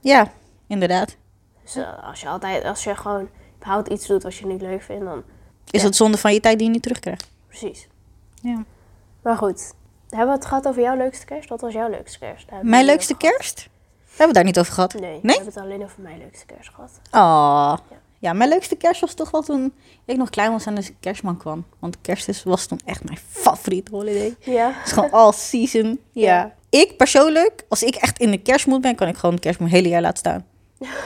C: Ja, inderdaad.
A: Dus eh, als je altijd, als je gewoon überhaupt iets doet wat je niet leuk vindt, dan
C: Is
A: Ja.
C: dat zonde van je tijd die je niet terugkrijgt?
A: precies.
C: Ja.
A: Maar goed, hebben we het gehad over jouw leukste kerst? Wat was jouw leukste kerst? Daar hebben we
C: Mijn
A: het niet
C: leukste
A: over gehad.
C: kerst? We hebben het daar niet over gehad.
A: Nee, we
C: Nee?
A: hebben het alleen over mijn leukste kerst gehad.
C: Oh. Ja, mijn leukste kerst was toch wel toen ik nog klein was en dus kerstman kwam. Want kerst is- was toen echt mijn favoriete holiday.
A: Ja.
C: Het is gewoon all season. Ja. Ik persoonlijk, als ik echt in de kerstmoed ben, kan ik gewoon de kerstmoed hele jaar laten staan.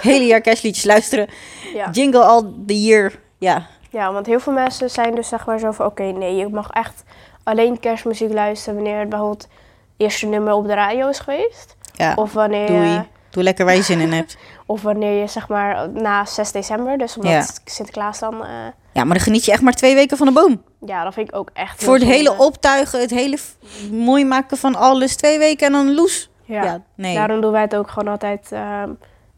C: Hele jaar kerstliedjes luisteren.
A: Ja.
C: Jingle all the year. Ja.
A: ja, want heel veel mensen zijn dus zeg maar zo van... Oké, nee, je mag echt alleen kerstmuziek luisteren wanneer het bijvoorbeeld het eerste nummer op de radio is geweest.
C: ja.
A: Of wanneer... je-
C: Doei. Doe lekker waar je zin in hebt.
A: Of wanneer je zeg maar na 6 december, dus omdat
C: Ja.
A: Sinterklaas dan... eh,
C: Ja, maar dan geniet je echt maar twee weken van de boom.
A: ja, dat vind ik ook echt... heel
C: Voor het
A: zonde.
C: hele optuigen, het hele f- mooi maken van alles. Twee weken en dan loes.
A: Ja.
C: Ja, nee.
A: Daarom doen wij het ook gewoon altijd eh,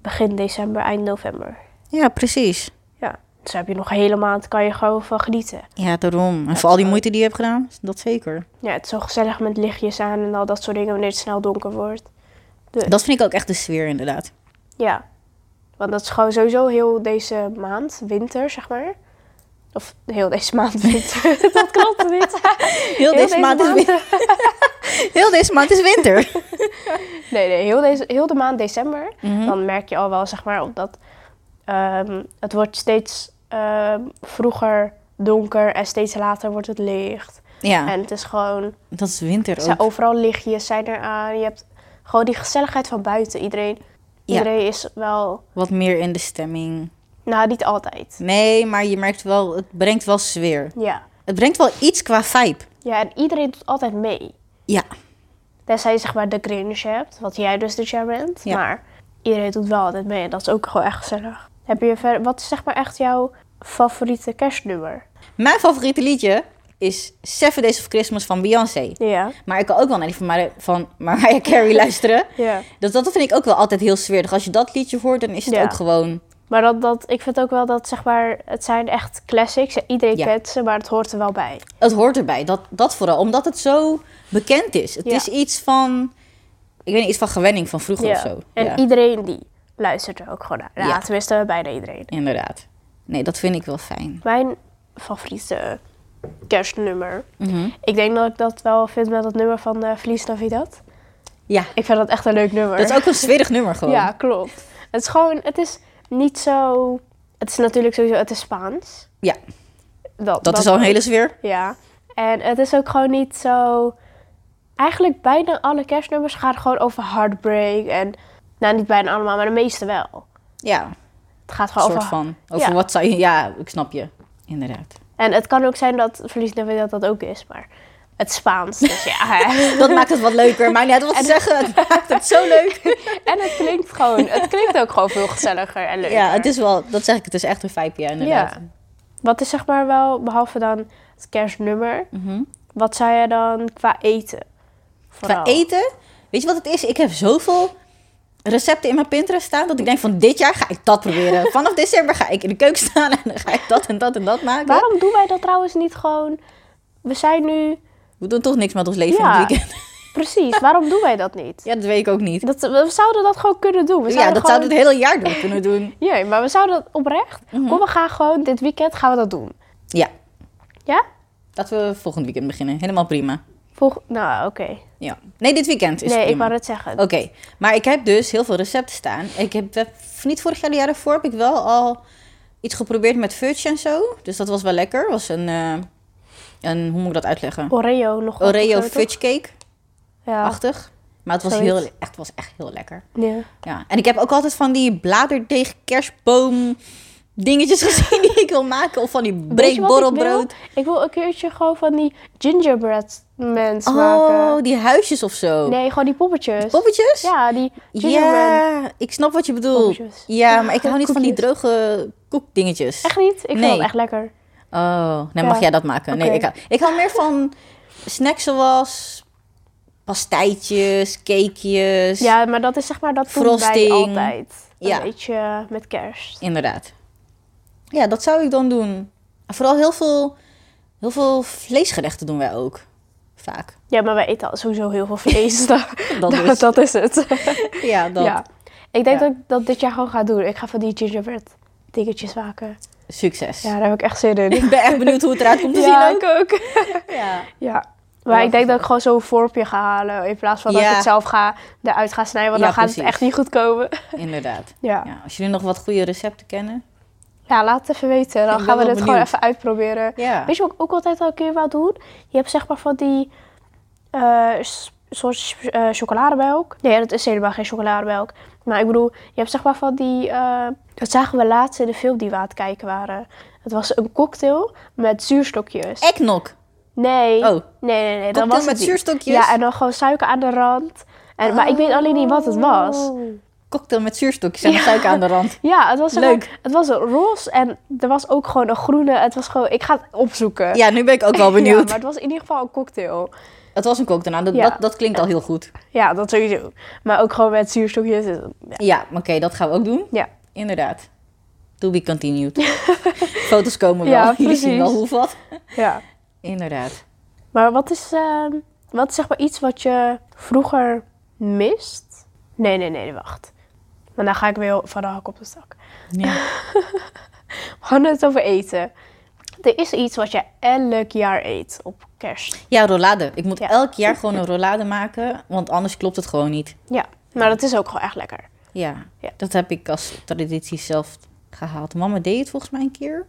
A: begin december, eind november.
C: Ja, precies.
A: Ja, dus heb je nog een hele maand, kan je gewoon van genieten.
C: Ja, daarom. En voor al die moeite die je hebt gedaan, dat zeker.
A: Ja, het is zo gezellig met lichtjes aan en al dat soort dingen wanneer het snel donker wordt.
C: Dat vind ik ook echt de sfeer, inderdaad.
A: Ja, want dat is gewoon sowieso heel deze maand, winter zeg maar. Of heel deze maand winter, dat klopt niet.
C: Heel, deze, maand is win- heel deze maand is winter.
A: Nee, nee, heel, deze, heel de maand december
C: Mhm.
A: dan merk je al wel, zeg maar, op dat ehm, het wordt steeds ehm, vroeger donker en steeds later wordt het licht.
C: Ja,
A: En het is gewoon,
C: dat is winter
A: er
C: ook.
A: zijn overal lichtjes zijn er aan. Je hebt gewoon die gezelligheid van buiten. Iedereen,
C: Ja.
A: iedereen is wel,
C: Wat meer in de stemming.
A: nou niet altijd.
C: Nee, maar je merkt wel, het brengt wel sfeer.
A: Ja.
C: Het brengt wel iets qua vibe.
A: ja, en iedereen doet altijd mee.
C: Ja,
A: Tenzij je zeg maar de cringe hebt, wat jij dus dit jaar bent.
C: Ja.
A: Maar iedereen doet wel altijd mee en dat is ook gewoon echt gezellig. Heb je verder, wat is zeg maar echt jouw favoriete kerstnummer?
C: Mijn favoriete liedje is Seven Days of Christmas van Beyoncé.
A: Ja.
C: Maar ik kan ook wel naar die van, Mar- van Mariah Carey luisteren.
A: Ja.
C: Dus dat vind ik ook wel altijd heel sfeerig. Als je dat liedje hoort, dan is het
A: Ja.
C: ook gewoon...
A: Maar dat, dat, ik vind ook wel dat, zeg maar, het zijn echt classics. Iedereen
C: Ja.
A: kent ze, maar het hoort er wel bij.
C: Het hoort erbij, dat, dat vooral. Omdat het zo bekend is. Het
A: Ja.
C: is iets van... Ik weet niet, iets van gewenning van vroeger of zo.
A: En
C: ja,
A: iedereen die luistert er ook gewoon naar. Ja,
C: Ja.
A: tenminste, bijna iedereen.
C: inderdaad. Nee, dat vind ik wel fijn.
A: Mijn favoriete kerstnummer.
C: Mhm.
A: Ik denk dat ik dat wel vind met dat nummer van eh Feliz Navidad.
C: Ja,
A: Ik vind dat echt een leuk nummer.
C: dat is ook een sfeerig nummer gewoon.
A: Ja, klopt. Het is gewoon, het is niet zo... Het is natuurlijk sowieso, het is Spaans.
C: Ja.
A: Dat,
C: dat, is al een hele sfeer.
A: Ja, en het is ook gewoon niet zo. Eigenlijk bijna alle kerstnummers gaan gewoon over heartbreak. En nou, niet bijna allemaal, maar de meeste wel.
C: Ja,
A: Het gaat
C: een
A: gewoon
C: soort
A: over.
C: van. Over
A: ja.
C: wat zou je... Ja, ik snap je. Inderdaad.
A: En het kan ook zijn dat verlies weet dat dat ook is, maar het Spaans. Dus ja.
C: Dat maakt het wat leuker. Maar net wat te zeggen, het maakt het zo leuk.
A: en het klinkt gewoon. Het klinkt ook gewoon veel gezelliger en leuker.
C: Ja, het is wel, dat zeg ik, het is echt een vibe, ja, inderdaad.
A: Ja. Wat is zeg maar wel, behalve dan het kerstnummer,
C: Mhm.
A: wat zou jij dan qua eten?
C: Qua
A: Vooral?
C: eten, weet je wat het is? Ik heb zoveel recepten in mijn Pinterest staan dat ik denk van dit jaar ga ik dat proberen. Vanaf december ga ik in de keuken staan en dan ga ik dat en dat en dat maken.
A: Waarom doen wij dat trouwens niet gewoon? We zijn nu
C: We doen toch niks met ons leven in
A: Ja.
C: het weekend.
A: Precies, waarom doen wij dat niet?
C: Ja, dat weet ik ook niet.
A: Dat, we zouden dat gewoon kunnen doen. We
C: ja, dat
A: gewoon...
C: zouden we het Mhm. hele jaar door kunnen doen.
A: Ja, maar we zouden dat oprecht. Kom, we gaan gewoon dit weekend gaan we dat doen.
C: Ja,
A: Ja?
C: dat we volgend weekend beginnen. Helemaal prima.
A: Volg... Nou, oké.
C: Ja. Nee, dit weekend is
A: Nee, ik
C: prima.
A: wou het zeggen.
C: Oké, maar ik heb dus heel veel recepten staan. Ik heb eh, niet vorig jaar, de jaar ervoor, heb ik wel al iets geprobeerd met fudge en zo. Dus dat was wel lekker. Was een, eh, een hoe moet ik dat uitleggen?
A: Oreo nog Oh, wat of
C: Oreo
A: zo, toch?
C: fudge cake
A: Ja.
C: achtig. Maar het was,
A: Zoiets.
C: heel, echt, was echt heel lekker.
A: ja.
C: Ja. En ik heb ook altijd van die bladerdeeg kerstboom dingetjes gezien die ik wil maken. Of van die
A: Weet je wat ik wil?
C: breekborrelbrood.
A: Ik, wil een keertje gewoon van die gingerbread mens
C: Oh,
A: maken.
C: die huisjes of zo.
A: Nee, gewoon die poppetjes.
C: Oh. Poppetjes?
A: Ja, die gingerbread.
C: Ja, ik snap wat je bedoelt.
A: Koekjes.
C: Ja, maar ik hou niet van die
A: Koekjes.
C: droge koekdingetjes.
A: Echt niet? Ik
C: Nee.
A: vind dat echt lekker.
C: Oh, nee,
A: Ja.
C: mag jij dat maken? Nee,
A: Oké.
C: ik, hou, ik hou meer van snacks zoals pastijtjes, cakejes.
A: Ja, maar dat is zeg maar, dat doen wij
C: Frosting.
A: altijd. Een
C: Ja.
A: beetje met kerst.
C: Inderdaad. Ja, dat zou ik dan doen. En Vooral heel veel, heel veel vleesgerechten doen wij ook. Vaak.
A: Ja, maar wij eten al sowieso heel veel vlees. dat,
C: Dat dus.
A: dat, dat is het.
C: Ja, dat.
A: Ja. Ik denk
C: Ja.
A: dat ik dat dit jaar gewoon ga doen. Ik ga van die gingerbread dingetjes maken.
C: Succes.
A: Ja, daar heb ik echt zin in.
C: Ik ben echt benieuwd hoe het eruit komt te
A: ja,
C: zien ook.
A: ik ook.
C: Ja.
A: Ja. Maar ik denk dat ik gewoon zo'n vormpje ga halen. In plaats van dat
C: Ja.
A: ik het zelf ga, eruit ga snijden. Want
C: Ja,
A: dan gaat het
C: precies.
A: echt niet goed komen.
C: Inderdaad.
A: Ja. ja.
C: Ja, als jullie nog wat goede recepten kennen.
A: laat het even weten. Dan
C: ben
A: gaan we dit
C: wel
A: gewoon
C: benieuwd.
A: even uitproberen.
C: Ja.
A: Weet je wat ik ook altijd al een keer wou doen? Je hebt zeg maar van die eh, s- soort eh, chocolademelk. Nee, dat is helemaal geen chocolademelk. Maar ik bedoel, je hebt zeg maar van die... eh, dat zagen we laatst in de film die we aan het kijken waren. Het was een cocktail met zuurstokjes.
C: Eknok.
A: Nee.
C: Oh.
A: Nee, nee, nee. Dan
C: Cocktail
A: was het
C: met
A: die-
C: zuurstokjes? Oh.
A: Ja, en dan gewoon suiker aan de rand. En, Maar ik weet alleen niet wat het was.
C: Cocktail met zuurstokjes en suiker aan de rand.
A: Ja, het was, zeg
C: Leuk.
A: maar- het was roze en er was ook gewoon een groene. Het was gewoon... Ik ga het opzoeken.
C: Ja, nu ben ik ook wel
A: Ja,
C: benieuwd.
A: maar het was in ieder geval een cocktail.
C: Het was een cocktail. nou, dat,
A: Ja.
C: dat, dat klinkt al heel goed.
A: Ja, dat sowieso. Maar ook gewoon met zuurstokjes. Ja.
C: Ja, maar oké, dat gaan we ook doen.
A: Ja.
C: Inderdaad. To be continued. Foto's komen wel.
A: Ja,
C: Jullie zien
A: precies.
C: wel hoe wat.
A: ja.
C: Inderdaad.
A: Maar wat is, ehm, wat is zeg maar iets wat je vroeger mist? Nee, nee, nee, wacht. Maar dan ga ik weer van de hak op de stak.
C: Ja.
A: We hadden het over eten. Er is iets wat je elk jaar eet op kerst.
C: ja, rollade. Ik moet elk jaar gewoon een rollade maken, want anders klopt het gewoon niet.
A: Ja, maar dat is ook gewoon echt lekker.
C: Ja,
A: Ja.
C: dat heb ik als traditie zelf gehaald. Mama deed het volgens mij een keer.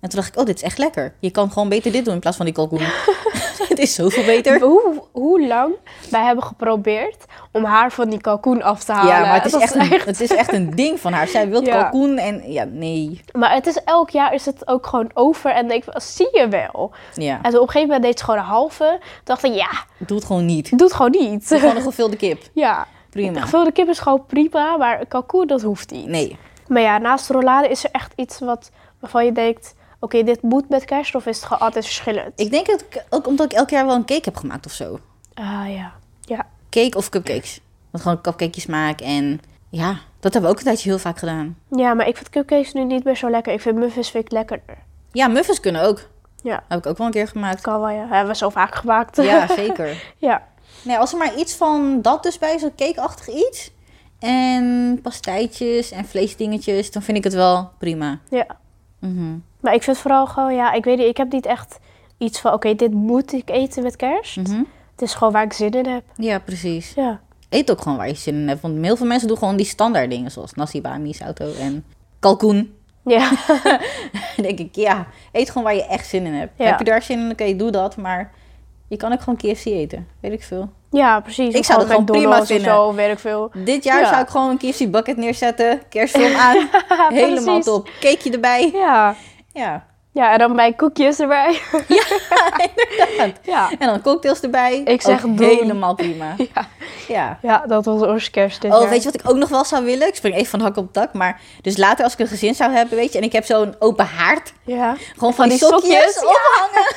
C: En toen dacht ik, oh, dit is echt lekker. Je kan gewoon beter dit doen in plaats van die kalkoen. het is zoveel beter.
A: Hoe, hoe lang wij hebben geprobeerd om haar van die kalkoen af te halen.
C: Ja, maar het is,
A: Dat
C: echt een, het is echt een ding van haar. Zij wil
A: Ja.
C: kalkoen en ja, nee.
A: Maar het is elk jaar is het ook gewoon over. En denk ik, zie je wel.
C: Ja,
A: En toen op een gegeven moment deed ze gewoon een halve. Toen dacht ik, ja,
C: doe het gewoon niet.
A: doe het gewoon niet.
C: Gewoon een gevulde kip.
A: Ja. De
C: Prima.
A: gevulde kip is gewoon prima, maar een kalkoen, dat hoeft niet.
C: Nee.
A: Maar ja, naast rollade is er echt iets wat, waarvan je denkt... Oké, dit moet met kerst of is het gewoon altijd verschillend?
C: Ik denk dat ik, ook omdat ik elk jaar wel een cake heb gemaakt of zo.
A: Ah ja. Ja.
C: Cake of cupcakes. Dat gewoon cupcakejes maak en ja, dat hebben we ook een tijdje heel vaak gedaan.
A: ja, maar ik vind cupcakes nu niet meer zo lekker. Ik vind muffins vind ik lekkerder.
C: Ja, muffins kunnen ook.
A: Ja,
C: Heb ik ook wel een keer gemaakt.
A: kan wel ja. Hebben we zo vaak gemaakt.
C: Ja, zeker.
A: ja.
C: Nee, als er maar iets van dat dus bij is, zo'n cakeachtig iets. En pastijtjes en vleesdingetjes, dan vind ik het wel prima.
A: ja.
C: Mhm.
A: Maar ik vind vooral gewoon, ja, ik weet niet, ik heb niet echt iets van... Oké, dit moet ik eten met kerst.
C: Mhm.
A: Het is gewoon waar ik zin in heb.
C: Ja, precies.
A: Ja.
C: Eet ook gewoon waar je zin in hebt. Want heel veel mensen doen gewoon die standaard dingen, zoals nasi bami, auto en kalkoen.
A: Ja.
C: Dan denk ik, ja, eet gewoon waar je echt zin in hebt.
A: Ja.
C: Heb je daar zin in, oké, doe dat. Maar je kan ook gewoon KFC eten, weet ik veel.
A: Ja, precies.
C: Ik
A: Of
C: zou dat gewoon prima
A: McDonald's
C: vinden.
A: Of zo, weet ik veel.
C: Dit jaar
A: Ja.
C: zou ik gewoon een KFC bucket neerzetten, kerstfilm aan, helemaal
A: precies.
C: top. Cakeje erbij.
A: Ja.
C: Ja,
A: Ja, en dan mijn koekjes erbij.
C: inderdaad.
A: ja.
C: En dan cocktails erbij.
A: Ik zeg
C: Ook
A: doen.
C: helemaal prima.
A: ja.
C: Ja.
A: Ja, dat was ons kerst dit
C: Oh,
A: jaar.
C: weet je wat ik ook nog wel zou willen? Ik spring even van de hak op het dak, maar... Dus later als ik een gezin zou hebben, weet je, en ik heb zo'n open haard.
A: Ja.
C: Gewoon van, die, sokjes, ophangen.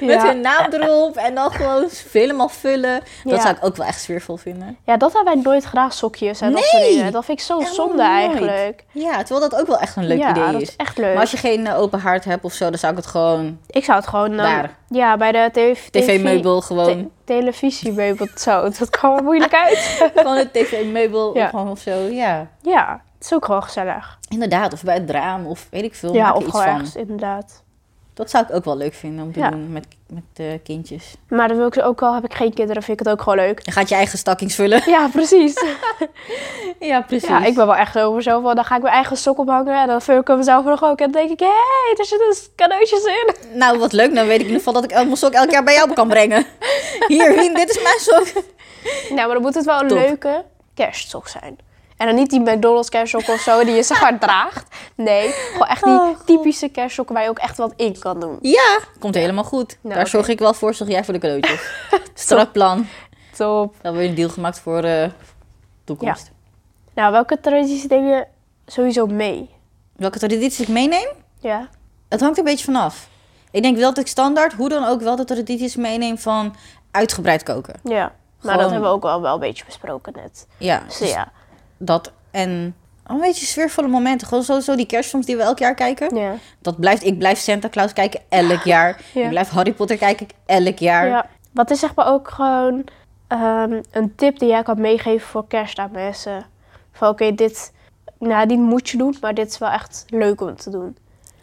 A: Ja.
C: Met
A: Ja.
C: hun naam erop en dan gewoon helemaal vullen. Dat
A: Ja.
C: zou ik ook wel echt sfeervol vinden.
A: Ja, dat hebben wij nooit gedaan, sokjes en dat
C: Nee!
A: soort dingen. Dat vind ik zo
C: Helemaal
A: zonde
C: nooit.
A: eigenlijk.
C: Ja, terwijl dat ook wel echt een leuk
A: ja,
C: idee
A: dat
C: is.
A: is echt leuk.
C: Maar als je geen eh, open haard hebt of zo, dan zou ik het gewoon
A: Ik zou het gewoon... dan-
C: daar.
A: Ja, bij de tv...
C: TV-meubel gewoon.
A: te- televisiemeubel, zo. Dat kwam er moeilijk uit.
C: Gewoon het tv-meubel
A: Ja.
C: of gewoon of zo, ja.
A: Ja, het is ook gewoon gezellig.
C: Inderdaad, of bij het raam of weet ik veel.
A: ja,
C: maak er
A: of
C: iets
A: gewoon
C: van.
A: ergens, inderdaad.
C: Dat zou ik ook wel leuk vinden om te
A: Ja.
C: doen met, met eh, kindjes.
A: Maar dan wil ik ze ook al heb ik geen kinderen, vind ik het ook gewoon leuk.
C: Je gaat je eigen stakkings vullen.
A: Ja, precies.
C: Ja, precies.
A: Ja, ik ben wel echt over mezelf. want Dan ga ik mijn eigen sok ophangen en dan vul ik hem zelf nog ook. En dan denk ik, hé, hey, er zitten dus cadeautjes in.
C: Nou, wat leuk. Dan weet ik in ieder geval dat ik el- mijn sok elk jaar bij jou kan brengen. Hier, Rien, dit is mijn sok.
A: Nou, maar dan moet het wel een
C: Top.
A: leuke kerstsok zijn. En dan niet die McDonald's kerstsok of zo die je zeg maar draagt. Nee, gewoon echt die
C: Oh, God.
A: typische kerstsokken waar je ook echt wat in kan doen.
C: Ja, komt helemaal goed. Daar
A: Nou, oké.
C: zorg ik wel voor. Zorg jij voor de cadeautjes. Strak plan.
A: Top.
C: Dan weer een deal gemaakt voor de toekomst.
A: Nou, welke tradities neem je sowieso mee?
C: Welke tradities ik meeneem?
A: Ja.
C: Het hangt een beetje vanaf. Ik denk wel dat ik standaard, hoe dan ook, wel de tradities meeneem van uitgebreid koken.
A: Ja. Maar dat
C: Gewoon-
A: hebben we ook al wel een beetje besproken net.
C: Ja,
A: Dus
C: dus
A: ja.
C: dat en oh, een beetje sfeervolle momenten. Gewoon sowieso die kerstfilms die we elk jaar kijken.
A: Ja.
C: Dat blijft, ik blijf Santa Claus kijken elk jaar.
A: Ja.
C: Ik blijf Harry Potter kijken elk jaar.
A: ja. Wat is zeg maar ook gewoon ehm, een tip die jij kan meegeven voor kerst aan mensen? Van oké, dit, nou, dit moet je doen, maar dit is wel echt leuk om te doen.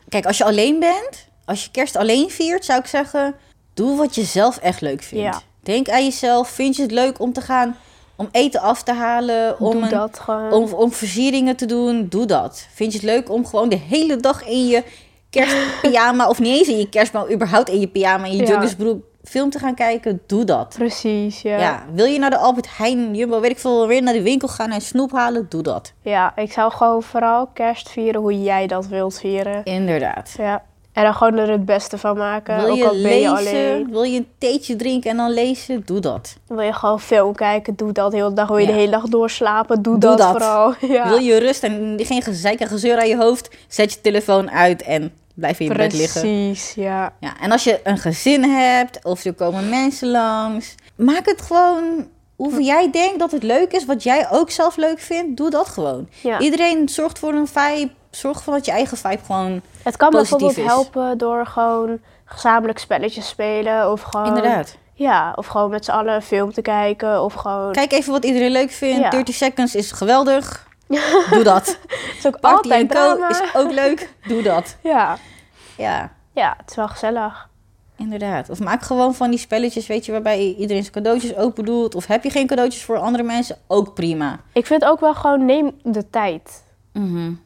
C: Kijk, als je alleen bent, als je kerst alleen viert, zou ik zeggen, doe wat je zelf echt leuk vindt.
A: Ja.
C: Denk aan jezelf. Vind je het leuk om te gaan, om eten af te halen, om,
A: Doe
C: een-
A: dat gewoon.
C: om, om versieringen te doen? Doe dat. Vind je het leuk om gewoon de hele dag in je kerstpyjama, of niet eens in je kerstpyjama, überhaupt in je pyjama, in je
A: Ja.
C: joggersbroek, film te gaan kijken? Doe dat.
A: Precies, ja. ja.
C: Ja, wil je naar de Albert Heijn, Jumbo, weet ik veel, weer naar de winkel gaan en snoep halen? Doe dat.
A: ik zou gewoon vooral kerst vieren hoe jij dat wilt vieren.
C: Inderdaad.
A: Ja. En dan gewoon er het beste van maken.
C: Wil
A: Eh, ook
C: je
A: al ben je
C: lezen,
A: alleen.
C: wil je een theetje drinken en dan lezen? Doe dat.
A: Wil je gewoon film kijken, doe dat de hele dag. Wil je
C: Ja.
A: de hele dag doorslapen, doe,
C: Doe
A: dat,
C: dat.
A: vooral. Ja.
C: Wil je rust en geen gezeik en gezeur aan je hoofd? Zet je telefoon uit en blijf in je bed liggen.
A: Precies, ja.
C: Ja, en als je een gezin hebt of er komen mensen langs, maak het gewoon
A: Hm.
C: hoe jij denkt dat het leuk is, wat jij ook zelf leuk vindt, doe dat gewoon.
A: ja.
C: Iedereen zorgt voor een vibe, zorg ervoor dat je eigen vibe gewoon.
A: Het kan
C: positief
A: bijvoorbeeld
C: is.
A: helpen door gewoon gezamenlijk spelletjes spelen. Of gewoon,
C: Inderdaad.
A: Ja, of gewoon met z'n allen een film te kijken. Of gewoon...
C: Kijk even wat iedereen leuk vindt.
A: Ja.
C: 30 seconds is geweldig. Doe dat.
A: het is ook
C: Party en Co
A: drama.
C: is ook leuk. Doe dat.
A: Ja.
C: Ja.
A: ja, het is wel gezellig.
C: Inderdaad. Of maak gewoon van die spelletjes, weet je, waarbij iedereen zijn cadeautjes open doet. Of heb je geen cadeautjes voor andere mensen, ook prima.
A: Ik vind ook wel gewoon, neem de tijd.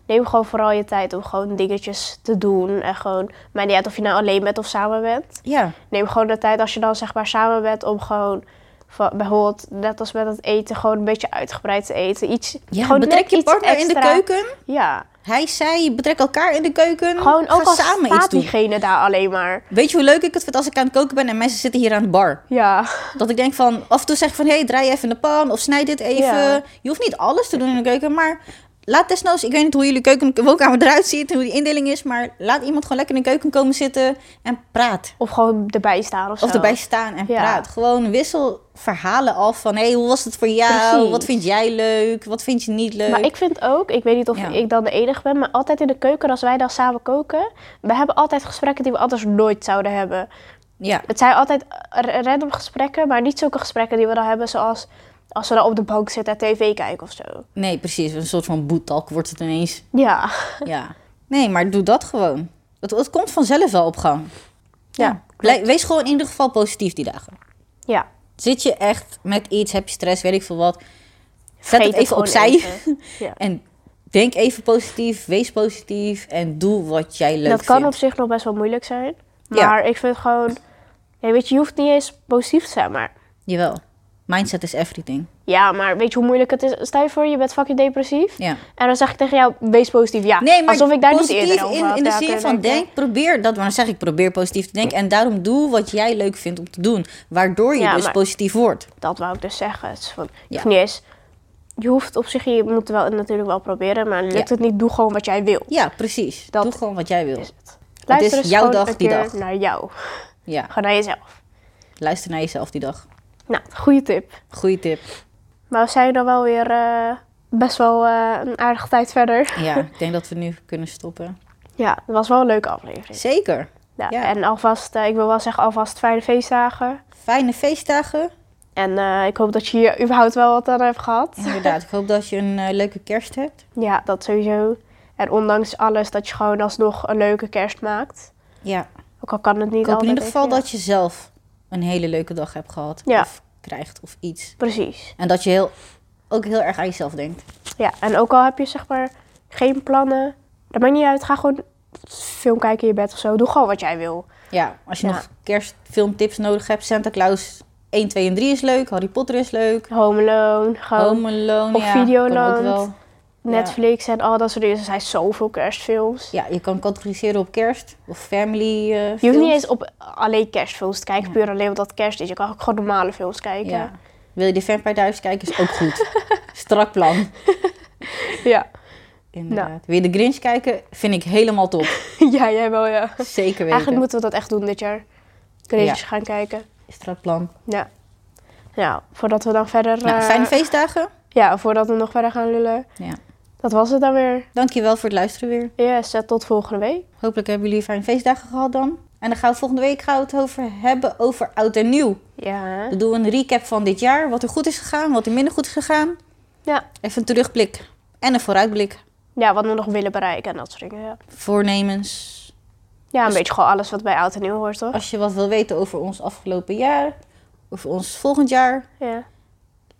A: Neem gewoon vooral je tijd om gewoon dingetjes te doen. En gewoon, maar niet uit of je nou alleen bent of samen bent.
C: Ja.
A: Neem gewoon de tijd als je dan zeg maar samen bent om gewoon... van- bijvoorbeeld, net als met het eten, gewoon een beetje uitgebreid te eten. Iets,
C: ja
A: gewoon
C: betrek
A: net
C: je
A: iets
C: partner in de
A: extra.
C: keuken.
A: Ja,
C: Hij, zij, betrek elkaar in de keuken.
A: gewoon ook
C: Ga
A: al
C: Hm, samen iets
A: staat
C: doen.
A: diegene daar alleen maar.
C: Weet je hoe leuk ik het vind als ik aan het koken ben en mensen zitten hier aan de bar?
A: Ja,
C: Dat ik denk van, af en toe zeg ik van, hé, hey, draai even in de pan of snijd dit even.
A: Ja.
C: Je hoeft niet alles te doen in de keuken, maar laat desnoods, ik weet niet hoe jullie keuken, woonkamer eruit ziet en hoe die indeling is, maar laat iemand gewoon lekker in de keuken komen zitten en praat.
A: of gewoon erbij staan of zo.
C: Of erbij staan en
A: Ja.
C: praat. Gewoon wissel verhalen af van, hé, hey, hoe was het voor jou?
A: Precies.
C: Wat vind jij leuk? Wat vind je niet leuk?
A: Maar ik vind ook, ik weet niet of
C: Ja.
A: ik dan de enige ben, maar altijd in de keuken als wij dan samen koken, we hebben altijd gesprekken die we anders nooit zouden hebben.
C: Ja,
A: Het zijn altijd r- random gesprekken, maar niet zulke gesprekken die we dan hebben zoals als we dan op de bank zitten en tv kijken of zo.
C: nee, precies. Een soort van boetalk wordt het ineens.
A: Ja,
C: ja. Nee, maar doe dat gewoon. Het, het komt vanzelf wel op gang.
A: Ja,
C: Blij- Wees gewoon in ieder geval positief die dagen.
A: ja.
C: Zit je echt met iets, heb je stress, weet ik veel wat. Zet
A: Vergeet
C: het even
A: gewoon
C: opzij.
A: even. Ja.
C: En denk even positief, wees positief en doe wat jij leuk
A: dat kan
C: vindt.
A: op zich nog best wel moeilijk zijn.
C: Ja.
A: Maar ik vind gewoon, nee, weet je, je hoeft niet eens positief te zijn, maar
C: Jawel. Mindset is everything.
A: ja, maar weet je hoe moeilijk het is? Stel je voor, je bent fucking depressief.
C: Ja.
A: En dan zeg ik tegen jou, wees positief. Ja,
C: Nee, maar
A: alsof ik daar niet
C: positief
A: eerder over
C: in,
A: had
C: in de
A: na
C: zin
A: kunnen
C: van
A: denken.
C: denk, probeer dat. Maar dan zeg ik, probeer positief te denken. En daarom doe wat jij leuk vindt om te doen. Waardoor je
A: Ja,
C: dus
A: maar-
C: positief wordt.
A: Dat wou ik dus zeggen. Het is van, je
C: Ja.
A: hoeft niet eens, je hoeft op zich, je moet wel natuurlijk wel proberen, maar lukt
C: Ja.
A: het niet, doe gewoon wat jij wil.
C: Ja, precies.
A: Dat
C: doe gewoon wat jij wil.
A: Luister eens
C: jouw
A: gewoon
C: dag,
A: een
C: die
A: keer
C: dag.
A: naar jou.
C: Ja,
A: Gewoon naar jezelf.
C: luister naar jezelf die dag.
A: Nou, goede tip.
C: Goeie tip.
A: Maar we zijn dan wel weer eh, best wel eh, een aardige tijd verder.
C: Ja, ik denk dat we nu kunnen stoppen.
A: Ja, dat was wel een leuke aflevering.
C: Zeker.
A: Nou,
C: ja.
A: En alvast, eh, ik wil wel zeggen, alvast fijne feestdagen.
C: Fijne feestdagen.
A: En eh, ik hoop dat je hier überhaupt wel wat aan hebt gehad.
C: Inderdaad, ik hoop dat je een eh, leuke kerst hebt.
A: Ja, dat sowieso. En ondanks alles dat je gewoon alsnog een leuke kerst maakt.
C: Ja.
A: Ook al kan het niet
C: Ik hoop in
A: altijd
C: ieder geval
A: even, ja.
C: dat je zelf een hele leuke dag hebt gehad.
A: Ja.
C: Of krijgt of iets.
A: Precies.
C: En dat je heel, ook heel erg aan jezelf denkt.
A: Ja, en ook al heb je zeg maar geen plannen, dat maakt niet uit. Ga gewoon film kijken in je bed of zo. Doe gewoon wat jij wil.
C: Ja, als je
A: Ja.
C: nog kerstfilmtips nodig hebt. Santa Claus 1, 2 en 3 is leuk. Harry Potter is leuk.
A: Home Alone, gewoon
C: Home Alone.
A: Of
C: ja,
A: Videoland.
C: kan ook wel.
A: Netflix en al dat soort dingen. Er zijn zoveel kerstfilms.
C: Ja, je kan categoriseren op kerst of family eh
A: Je hoeft
C: films.
A: niet eens op alleen kerstfilms te kijken, puur alleen omdat het kerst is. Je kan ook gewoon normale films kijken.
C: Ja. Wil je de Vampire Diaries kijken, is ook goed. Strak plan.
A: ja.
C: Inderdaad. Wil je de Grinch kijken, vind ik helemaal top.
A: Ja, jij wel, ja.
C: Zeker weten.
A: Eigenlijk moeten we dat echt doen dit jaar. Grinch
C: Ja.
A: gaan kijken.
C: Strak plan.
A: Ja. Nou, voordat we dan verder...
C: Nou,
A: eh,
C: fijne feestdagen.
A: ja, voordat we nog verder gaan lullen.
C: Ja.
A: Dat was het dan weer.
C: Dankjewel voor het luisteren weer.
A: Yes, eh, tot volgende week.
C: Hopelijk hebben jullie fijne feestdagen gehad dan. En dan gaan we volgende week gaan we het over hebben over oud en nieuw.
A: Ja.
C: Dan doen we een recap van dit jaar. Wat er goed is gegaan, wat er minder goed is gegaan.
A: Ja.
C: Even een terugblik en een vooruitblik.
A: Ja, wat we nog willen bereiken en dat soort dingen, ja.
C: Voornemens.
A: Ja, een
C: Dus-
A: beetje gewoon alles wat bij oud en nieuw hoort, toch?
C: Als je wat wil weten over ons afgelopen jaar, over ons volgend jaar,
A: Ja.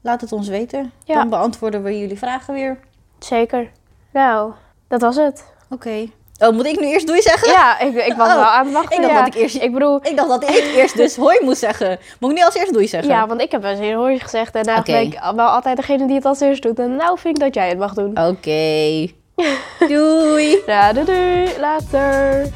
C: laat het ons weten.
A: Ja.
C: Dan beantwoorden we jullie vragen weer.
A: Zeker. Nou, dat was het.
C: Oké. Oh, moet ik nu eerst doei zeggen?
A: Ja, ik, ik was
C: Oh,
A: wel aan het wachten.
C: ik dacht
A: ja.
C: dat ik eerst-
A: Ik bedoel...
C: Ik dacht dat ik eerst dus hoi moest zeggen. Moet ik nu als eerst doei zeggen?
A: Ja, want ik heb wel eens een hoortje gezegd en nou
C: Oké.
A: ben ik wel altijd degene die het als eerst doet. En nou vind ik dat jij het mag doen.
C: Oké. Doei.
A: Ja, doei, doei. Later.